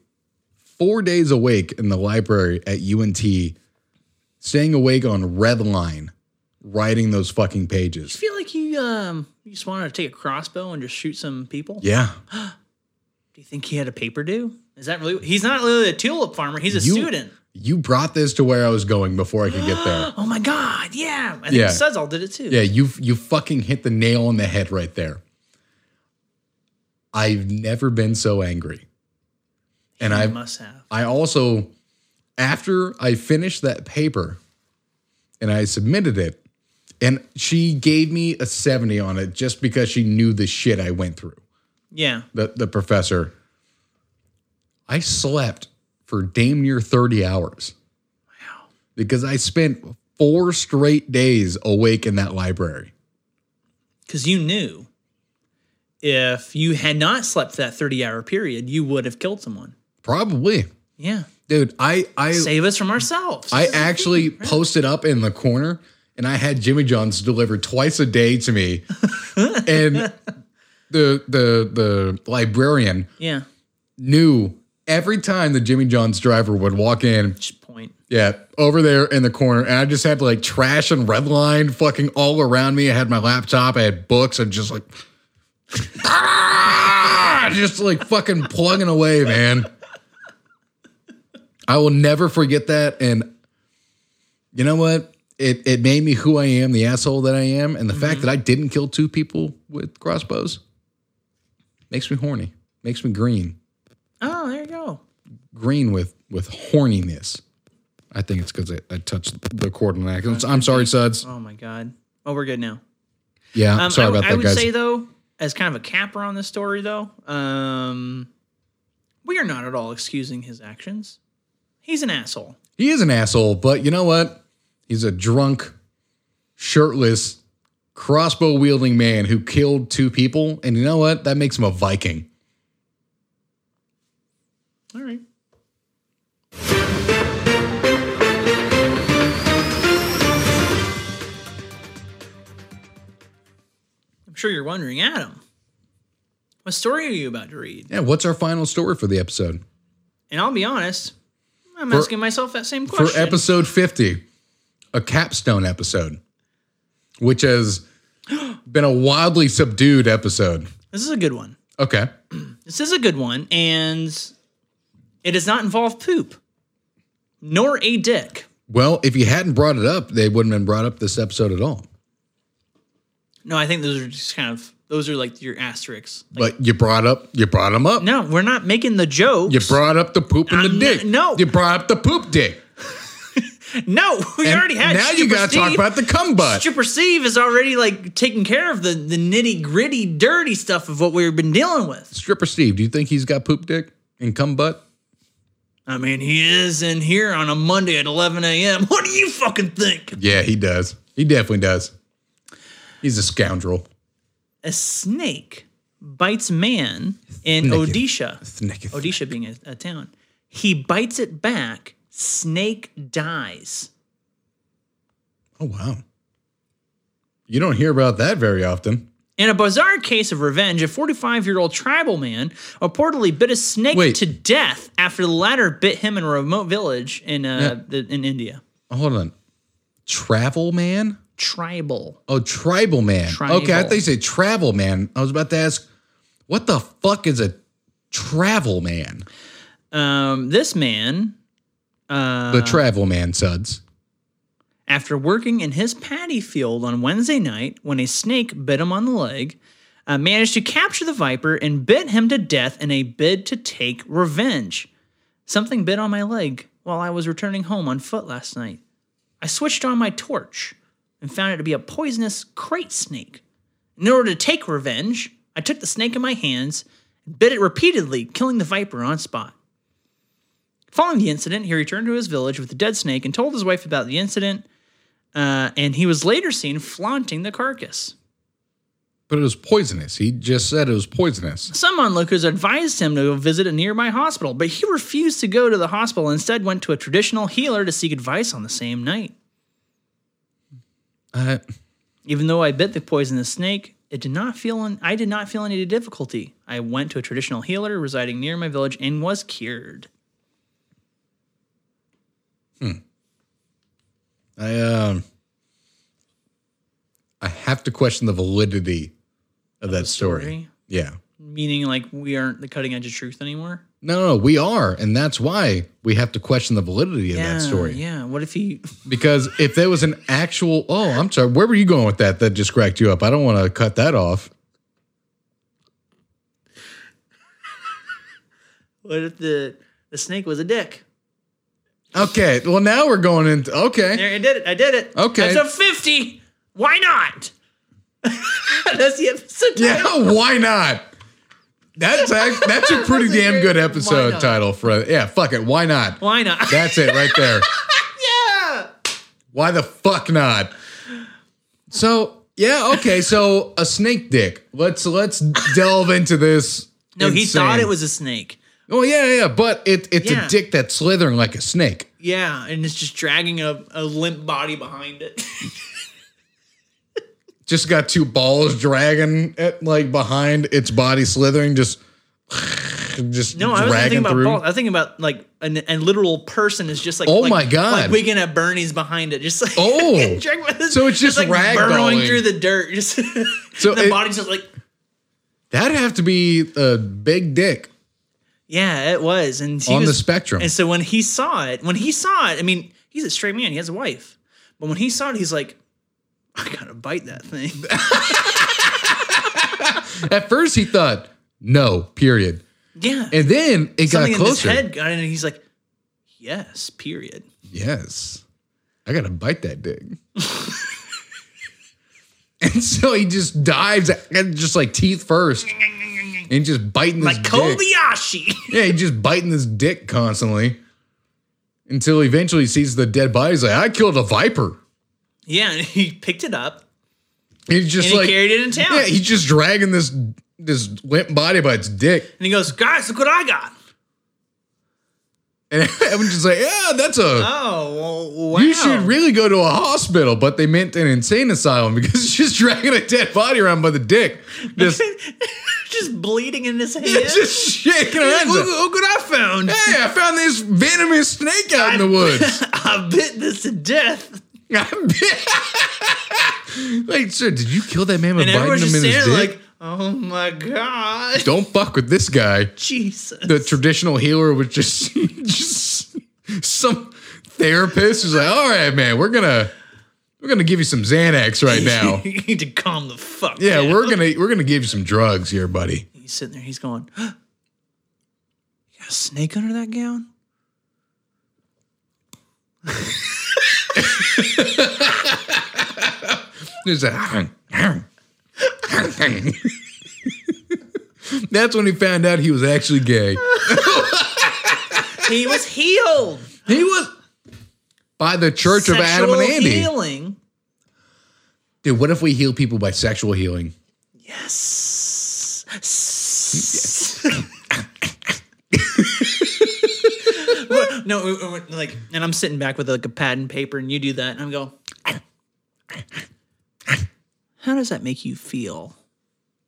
B: four days awake in the library at UNT, staying awake on red line, writing those fucking
A: I
B: pages.
A: feel like you um you just wanted to take a crossbow and just shoot some people.
B: Yeah,
A: Do you think he had a paper due? Is that really? He's not really a tulip farmer. He's a
B: You-
A: student.
B: you brought this to where I was going before I could get there.
A: Oh my god! Yeah, I think
B: Yeah.
A: Sudsall did it too.
B: Yeah, you you fucking hit the nail on the head right there. I've never been so angry. And I
A: must have.
B: I also after I finished that paper and I submitted it and she gave me a 70 on it just because she knew the shit I went through.
A: Yeah.
B: The the professor I slept for damn near 30 hours
A: Wow.
B: because I spent 4 straight days awake in that library.
A: Because you knew if you had not slept that 30 hour period, you would have killed someone.
B: Probably.
A: Yeah.
B: Dude, I I
A: Save us from ourselves.
B: I actually posted up in the corner and I had Jimmy John's delivered twice a day to me. and the the the librarian
A: yeah.
B: knew every time the Jimmy John's driver would walk in,
A: Just point.
B: yeah, over there in the corner, and I just had like trash and red line fucking all around me. I had my laptop, I had books, and just like ah! just like fucking plugging away, man. I will never forget that. And you know what? It it made me who I am, the asshole that I am, and the fact that I didn't kill two people with crossbows makes me horny. Makes me green.
A: Oh, there you go.
B: Green with with horniness. I think it's because I, I touched the cord on accident. I'm sorry, Suds.
A: Oh, my God. Oh, we're good now.
B: Yeah,
A: Um,
B: sorry
A: I,
B: about
A: I
B: that,
A: would
B: guys.
A: say though, as kind of a capper on this story, though, um, we are not at all excusing his actions. He's an asshole.
B: he is an asshole, but you know what? He's a drunk, shirtless, crossbow wielding man who killed two people. And you know what? That makes him a Viking.
A: All right. I'm sure you're wondering, Adam, what story are you about to read?
B: Yeah, what's our final story for the episode?
A: And I'll be honest, I'm
B: For-
A: asking myself that same
B: For
A: question.
B: episode 50, a capstone episode, which has been a wildly subdued episode.
A: this is a good one.
B: Okay.
A: This is a good one, and it does not involve poop, nor a dick.
B: Well, if you hadn't brought it up, they wouldn't have been brought up this episode at all.
A: No, I think those are just kind of those are like your asterisks. Like,
B: But you brought up, you brought them up.
A: no, we're not making the jokes.
B: You brought up the poop and the
A: I'm
B: dick.
A: not- no.
B: you brought up the poop dick.
A: no, we
B: And
A: already had.
B: Now you
A: Stripper
B: gotta talk
A: Steve.
B: about the cum butt.
A: Stripper Steve is already like taking care of the the nitty gritty, dirty stuff of what we've been dealing with.
B: Stripper Steve, do you think he's got poop dick and cum butt?
A: I mean, he is in here on a Monday at 11 a.m. What do you fucking think?
B: Yeah, he does. He definitely does. He's a scoundrel.
A: A snake bites man in
B: Snake.
A: Odisha. Odisha being a, a town. He bites it back. Snake dies.
B: Oh wow. You don't hear about that very often.
A: In a bizarre case of revenge, a 45 year old tribal man reportedly bit a snake
B: Wait.
A: to death after the latter bit him in a remote village in uh, the, in India.
B: Oh, hold on. Travel man?
A: Tribal.
B: Oh, tribal man. Okay, I
A: Tribal.
B: thought you said travel man. I was about to ask, what the fuck is a travel man?
A: Um, this man, uh,
B: The
A: Uh-huh.
B: travel man suds.
A: after working in his paddy field on Wednesday night when a snake bit him on the leg, uh, managed to capture the viper and bit him to death in a bid to take revenge. Something bit on my leg while I was returning home on foot last night. I switched on my torch and found it to be a poisonous crate snake. In order to take revenge, I took the snake in my hands and bit it repeatedly, killing the viper on spot. Following the incident, he returned to his village with the dead snake and told his wife about the incident. Uh, and he was later seen flaunting the carcass.
B: But it was poisonous. He just said it was poisonous.
A: Some onlookers advised him to go visit a nearby hospital, but he refused to go to the hospital and instead went to a traditional healer to seek advice on the same night.
B: I
A: Even though I bit the poisonous snake, it did not feel an, I did not feel any difficulty. I went to a traditional healer residing near my village and was cured.
B: I um I have to question the validity of that story.
A: story?
B: Yeah.
A: Meaning, like we aren't the cutting edge of truth anymore.
B: No, no, no, we are, and that's why we have to question the validity of
A: yeah,
B: that story.
A: Yeah. What if he?
B: Because if there was an actual oh, I'm sorry, where were you going with that that just cracked you up? I don't want to cut that off.
A: What if the the snake was a dick?
B: Okay. Well, now we're going into. Okay.
A: There, I did it. I did it.
B: Okay.
A: That's a 50. Why not? That's the episode.
B: Yeah.
A: title.
B: Why not? That's a, that's a pretty
A: That's a
B: damn
A: great-
B: good
A: why
B: episode
A: not?
B: title for. Yeah. Fuck it. Why not?
A: Why not?
B: That's it right there.
A: yeah.
B: Why the fuck not? So yeah. Okay. So a snake dick. Let's let's delve into this.
A: No, he thought
B: insane-
A: it was a snake.
B: Oh yeah, yeah, but it, it's
A: Yeah.
B: a dick that's slithering like a snake.
A: Yeah, and it's just dragging a, a limp body behind it.
B: Just got two balls dragging it like behind its body, slithering, just just
A: No, I wasn't thinking
B: dragging
A: about
B: through.
A: balls. I was thinking about like an, a literal person is just like
B: Oh
A: like-
B: my God.
A: like wigging at Bernie's behind it, just like
B: Oh.
A: Dragging with his-
B: So it's just
A: like
B: ragdolling.
A: burrowing through the dirt, just
B: So
A: so the
B: it-
A: body's just like
B: That'd have to be a big dick
A: yeah, it was, and he
B: on the
A: was-
B: spectrum.
A: And so when he saw it, when he saw it, I mean, he's a straight man, he has a wife, but when he saw it, he's like, I gotta bite that thing.
B: At first, he thought no, period,
A: yeah,
B: and then it
A: something
B: got
A: in his
B: closer.
A: head got in, and he's like, yes, period.
B: Yes. I gotta bite that dick. and so he just dives and just like teeth first. And just biting this
A: Like
B: dick.
A: Kobayashi.
B: Yeah, he's just biting this dick constantly. Until eventually he sees the dead body. He's like, I killed a viper.
A: yeah, and he picked it up.
B: He's just
A: and
B: like
A: he carried it in town.
B: Yeah, he's just dragging this this limp body by its dick.
A: and he goes, guys, look what I got.
B: And everyone's just like, Yeah, that's a
A: Oh, well, wow.
B: You should really go to a hospital, but they meant an insane asylum because it's just dragging a dead body around by the dick. Just,
A: just bleeding in his hand.
B: it's just shaking her
A: Like,
B: hands.
A: look,
B: up.
A: look what I found.
B: Hey, I found this venomous snake out in the woods.
A: I bit this to death.
B: I'm- like, sir, did you kill that man by
A: And
B: biting
A: everyone's
B: him
A: just
B: in his
A: standing
B: dick?
A: there like, oh my God.
B: Don't fuck with this guy.
A: Jesus.
B: The traditional healer was just, just some therapist who's like, all right, man, we're gonna we're gonna give you some Xanax right now.
A: you need to calm the fuck
B: Yeah,
A: down.
B: we're gonna we're gonna give you some drugs here, buddy.
A: He's sitting there. He's going, you got a snake under that gown?
B: There's a That's when he found out he was actually gay.
A: He was healed.
B: He was by the Church of Adam and
A: Sexual
B: Andy.
A: healing.
B: Dude, what if we heal people by sexual healing?
A: Yes. no, we- we- we- like, and I'm sitting back with like a pad and paper, and you do that, and I'm going, how does that make you feel?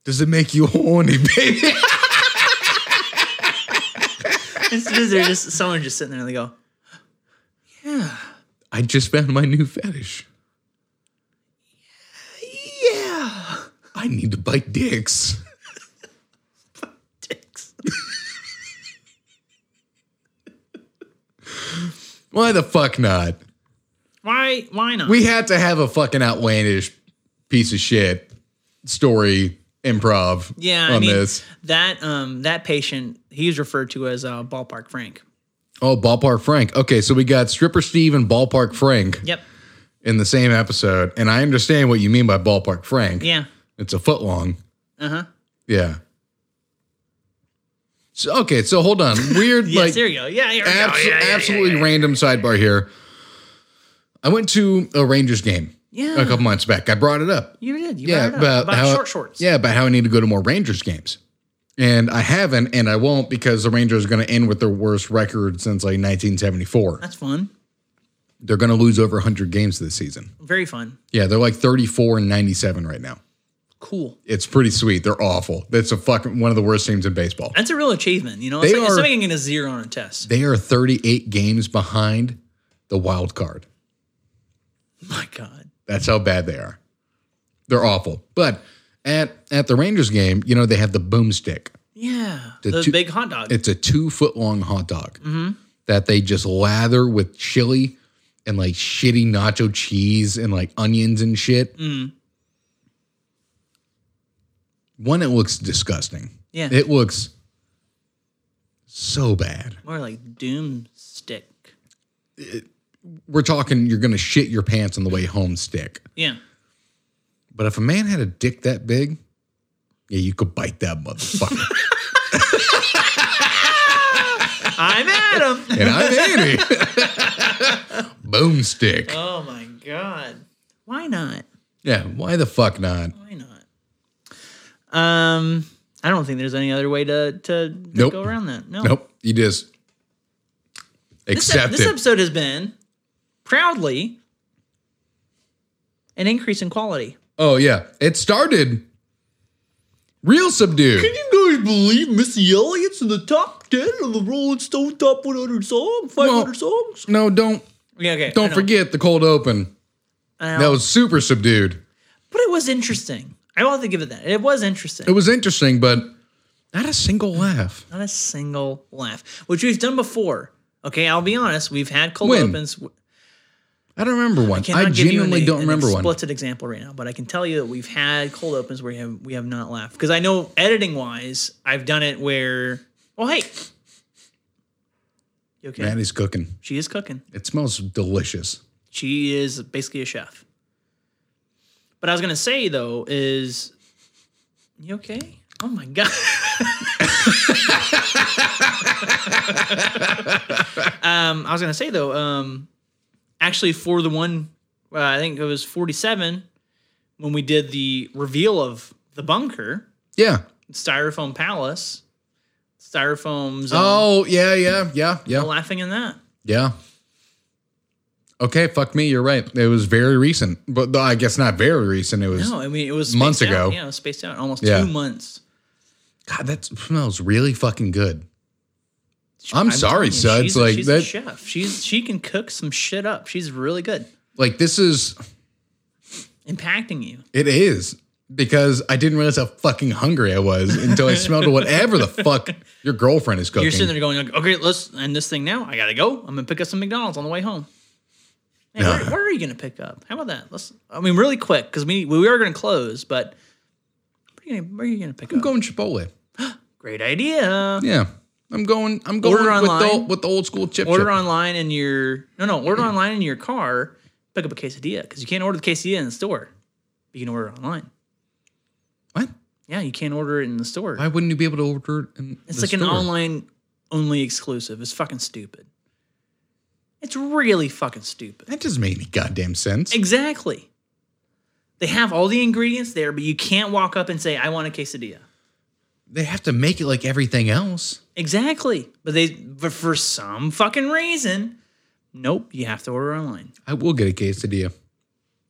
B: Does it make you horny, baby?
A: Instead of they're just someone just sitting there, and they go, yeah,
B: I just found my new fetish.
A: yeah,
B: I need to bite dicks.
A: dicks.
B: Why the fuck not?
A: Why? Why not?
B: We had to have a fucking outlandish piece of shit story improv
A: yeah,
B: on
A: I mean
B: this.
A: that um that patient he's referred to as uh, ballpark Frank.
B: Oh, Ballpark Frank. Okay, so we got Stripper Steve and Ballpark Frank
A: Yep.
B: in the same episode. And I understand what you mean by Ballpark Frank.
A: Yeah.
B: It's a foot long.
A: Uh huh.
B: Yeah. So, okay, so hold on. Weird,
A: Yes.
B: like,
A: there you go. Yeah. Here we go.
B: abso-
A: Yeah, yeah, yeah,
B: absolutely random sidebar here. I went to a Rangers game
A: Yeah.
B: a couple months back. I brought it up.
A: You did. You
B: yeah,
A: brought it up about,
B: how,
A: short shorts.
B: Yeah, about how I need to go to more Rangers games. And I haven't, and I won't because the Rangers are going to end with their worst record since like 1974.
A: That's fun.
B: They're going to lose over 100 games this season.
A: Very fun.
B: Yeah, they're like 34 and 97 right now.
A: Cool.
B: It's pretty sweet. They're awful. That's a fucking one of the worst teams in baseball.
A: That's a real achievement. You know, it's
B: They
A: like, it's
B: are-
A: like getting a zero on a test.
B: They are 38 games behind the wild card.
A: My God.
B: That's how bad they are. They're awful. But at at the Rangers game, you know they have the boomstick.
A: Yeah. Those
B: two-
A: big hot dogs.
B: It's a two foot long hot dog that they just lather with chili and like shitty nacho cheese and like onions and shit. One, it looks disgusting.
A: yeah.
B: It looks so bad.
A: More like Doomstick.
B: We're talking you're gonna shit your pants on the way home stick.
A: Yeah.
B: But if a man had a dick that big, yeah, you could bite that motherfucker.
A: I'm Adam.
B: and I'm Andy. Boomstick.
A: Oh my god. Why not?
B: Yeah, why the fuck not?
A: Why not? Um, I don't think there's any other way to to, to
B: Nope.
A: go around that. No.
B: Nope, you just
A: Oh. This, ep-
B: accept
A: this
B: it.
A: episode has been proudly an increase in quality.
B: Oh yeah, it started real subdued.
A: you guys believe Missy Elliott's in the top ten of the Rolling Stone top 100 song, 500
B: Well-
A: songs?
B: No, don't
A: Yeah, okay. I
B: don't
A: know.
B: forget the cold open.
A: I
B: That
A: know.
B: was super subdued.
A: but it was interesting. I will have to give it that. It was interesting.
B: It was interesting, but not a single laugh.
A: Not a single laugh, which we've done before. Okay, I'll be honest. We've had cold
B: When?
A: opens.
B: I don't remember one. I,
A: Cannot give you
B: genuinely
A: an-
B: don't remember
A: an
B: one.
A: explicit example right now, but I can tell you that we've had cold opens where we have we have not laughed because I know editing wise, I've done it where. Oh hey, you okay?
B: Maddie's cooking.
A: she is cooking.
B: It smells delicious.
A: She is basically a chef. But I was gonna say though is, you okay? Oh my god. um, I was gonna say though, um, actually for the one, uh, I think it was forty-seven when we did the reveal of the bunker,
B: Yeah.
A: Styrofoam Palace, Styrofoam Zone.
B: Oh yeah, yeah, yeah,
A: Oh.
B: yeah,
A: Laughing in that.
B: yeah. Okay, fuck me. You're right. It was very recent, but though I guess not very recent. It was
A: No, I mean it was
B: Months
A: spaced out.
B: ago.
A: Yeah, it was spaced out almost
B: Yeah.
A: two months.
B: God. That smells really fucking good. I'm
A: telling
B: sorry,
A: you,
B: son.
A: She's,
B: It's like
A: she's a
B: that-
A: chef. She's she can cook some shit up. She's really good,
B: Like this is
A: impacting you.
B: It is because I didn't realize how fucking hungry I was until I smelled whatever the fuck your girlfriend is cooking.
A: You're sitting there going, like, okay, let's end this thing now. I gotta go. I'm gonna pick up some McDonald's on the way home. Hey,
B: No.
A: where, where are you gonna pick up? How about that? Let's. I mean, really quick because we we are gonna close, but where are you gonna, where are you gonna pick
B: I'm
A: up?
B: going Chipotle.
A: Great idea.
B: Yeah, I'm going. I'm going
A: Order
B: with the
A: online.
B: with the old school chip.
A: Order
B: chip.
A: online in your no no order online in your car. Pick up a quesadilla because you can't order the quesadilla in the store. You can order it online.
B: What?
A: Yeah, you can't order it in the store.
B: Why wouldn't you be able to order it? In
A: It's
B: the
A: like an
B: store?
A: online only exclusive. It's fucking stupid. It's really fucking stupid.
B: That doesn't make any goddamn sense.
A: Exactly. They have all the ingredients there, but you can't walk up and say, I want a quesadilla.
B: They have to make it like everything else.
A: Exactly. But they, but for some fucking reason, nope, you have to order online.
B: I will get a quesadilla.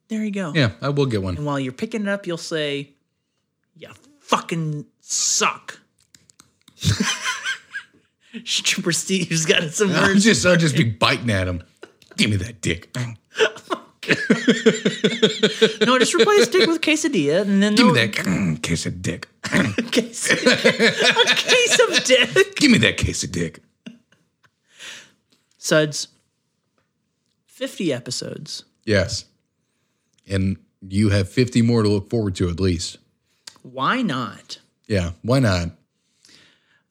A: There you go.
B: Yeah, I will get one.
A: And while you're picking it up, you'll say, You fucking suck. Trooper Steve's got some
B: I'll
A: words.
B: just I'll just be biting at him. Give me that dick.
A: No, just replace dick with quesadilla, and then
B: Give me
A: they'll-
B: that case of dick.
A: case, a case of dick.
B: Give me that case of dick.
A: Suds. 50 episodes.
B: Yes. And you have 50 more to look forward to at least.
A: Why not?
B: Yeah. Why not?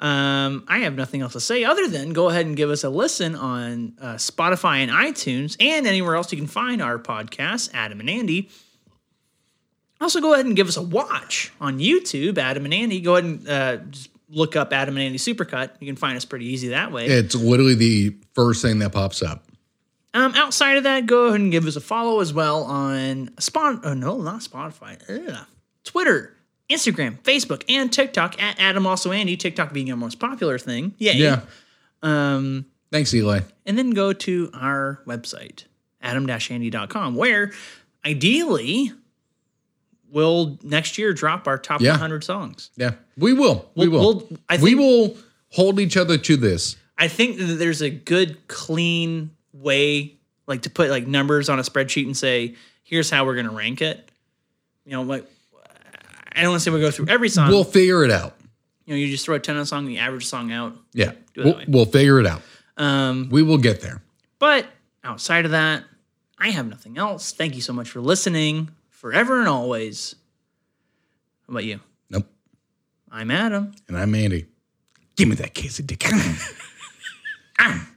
A: Um, I have nothing else to say other than go ahead and give us a listen on uh, Spotify and iTunes and anywhere else you can find our podcast, Adam and Andy. Also, go ahead and give us a watch on YouTube, Adam and Andy. Go ahead and uh, just look up Adam and Andy Supercut. You can find us pretty easy that way.
B: It's literally the first thing that pops up.
A: Um, outside of that, go ahead and give us a follow as well on Spot. Oh no, not Spotify. Ugh. Twitter, Instagram, Facebook, and TikTok at Adam also Andy. TikTok being our most popular thing. Yay.
B: Yeah.
A: Um,
B: Thanks, Eli.
A: and then go to our website, adam-andy.com, where ideally we'll next year drop our top
B: Yeah.
A: 100 songs.
B: Yeah. We will. We will.
A: we'll- I
B: we
A: think-
B: will hold each other to this.
A: I think that there's a good clean way like to put like numbers on a spreadsheet and say here's how we're going to rank it. You know, like I don't want to say we go through every song.
B: We'll figure it out.
A: you know, you just throw a 10 on a song, you average a song out.
B: Yeah.
A: it that
B: We'll,
A: way.
B: we'll figure it out.
A: Um,
B: We will get there.
A: but outside of that, I have nothing else. Thank you so much for listening forever and always. How about you?
B: Nope.
A: I'm Adam.
B: And I'm Andy. Give me that quesadilla. Ah.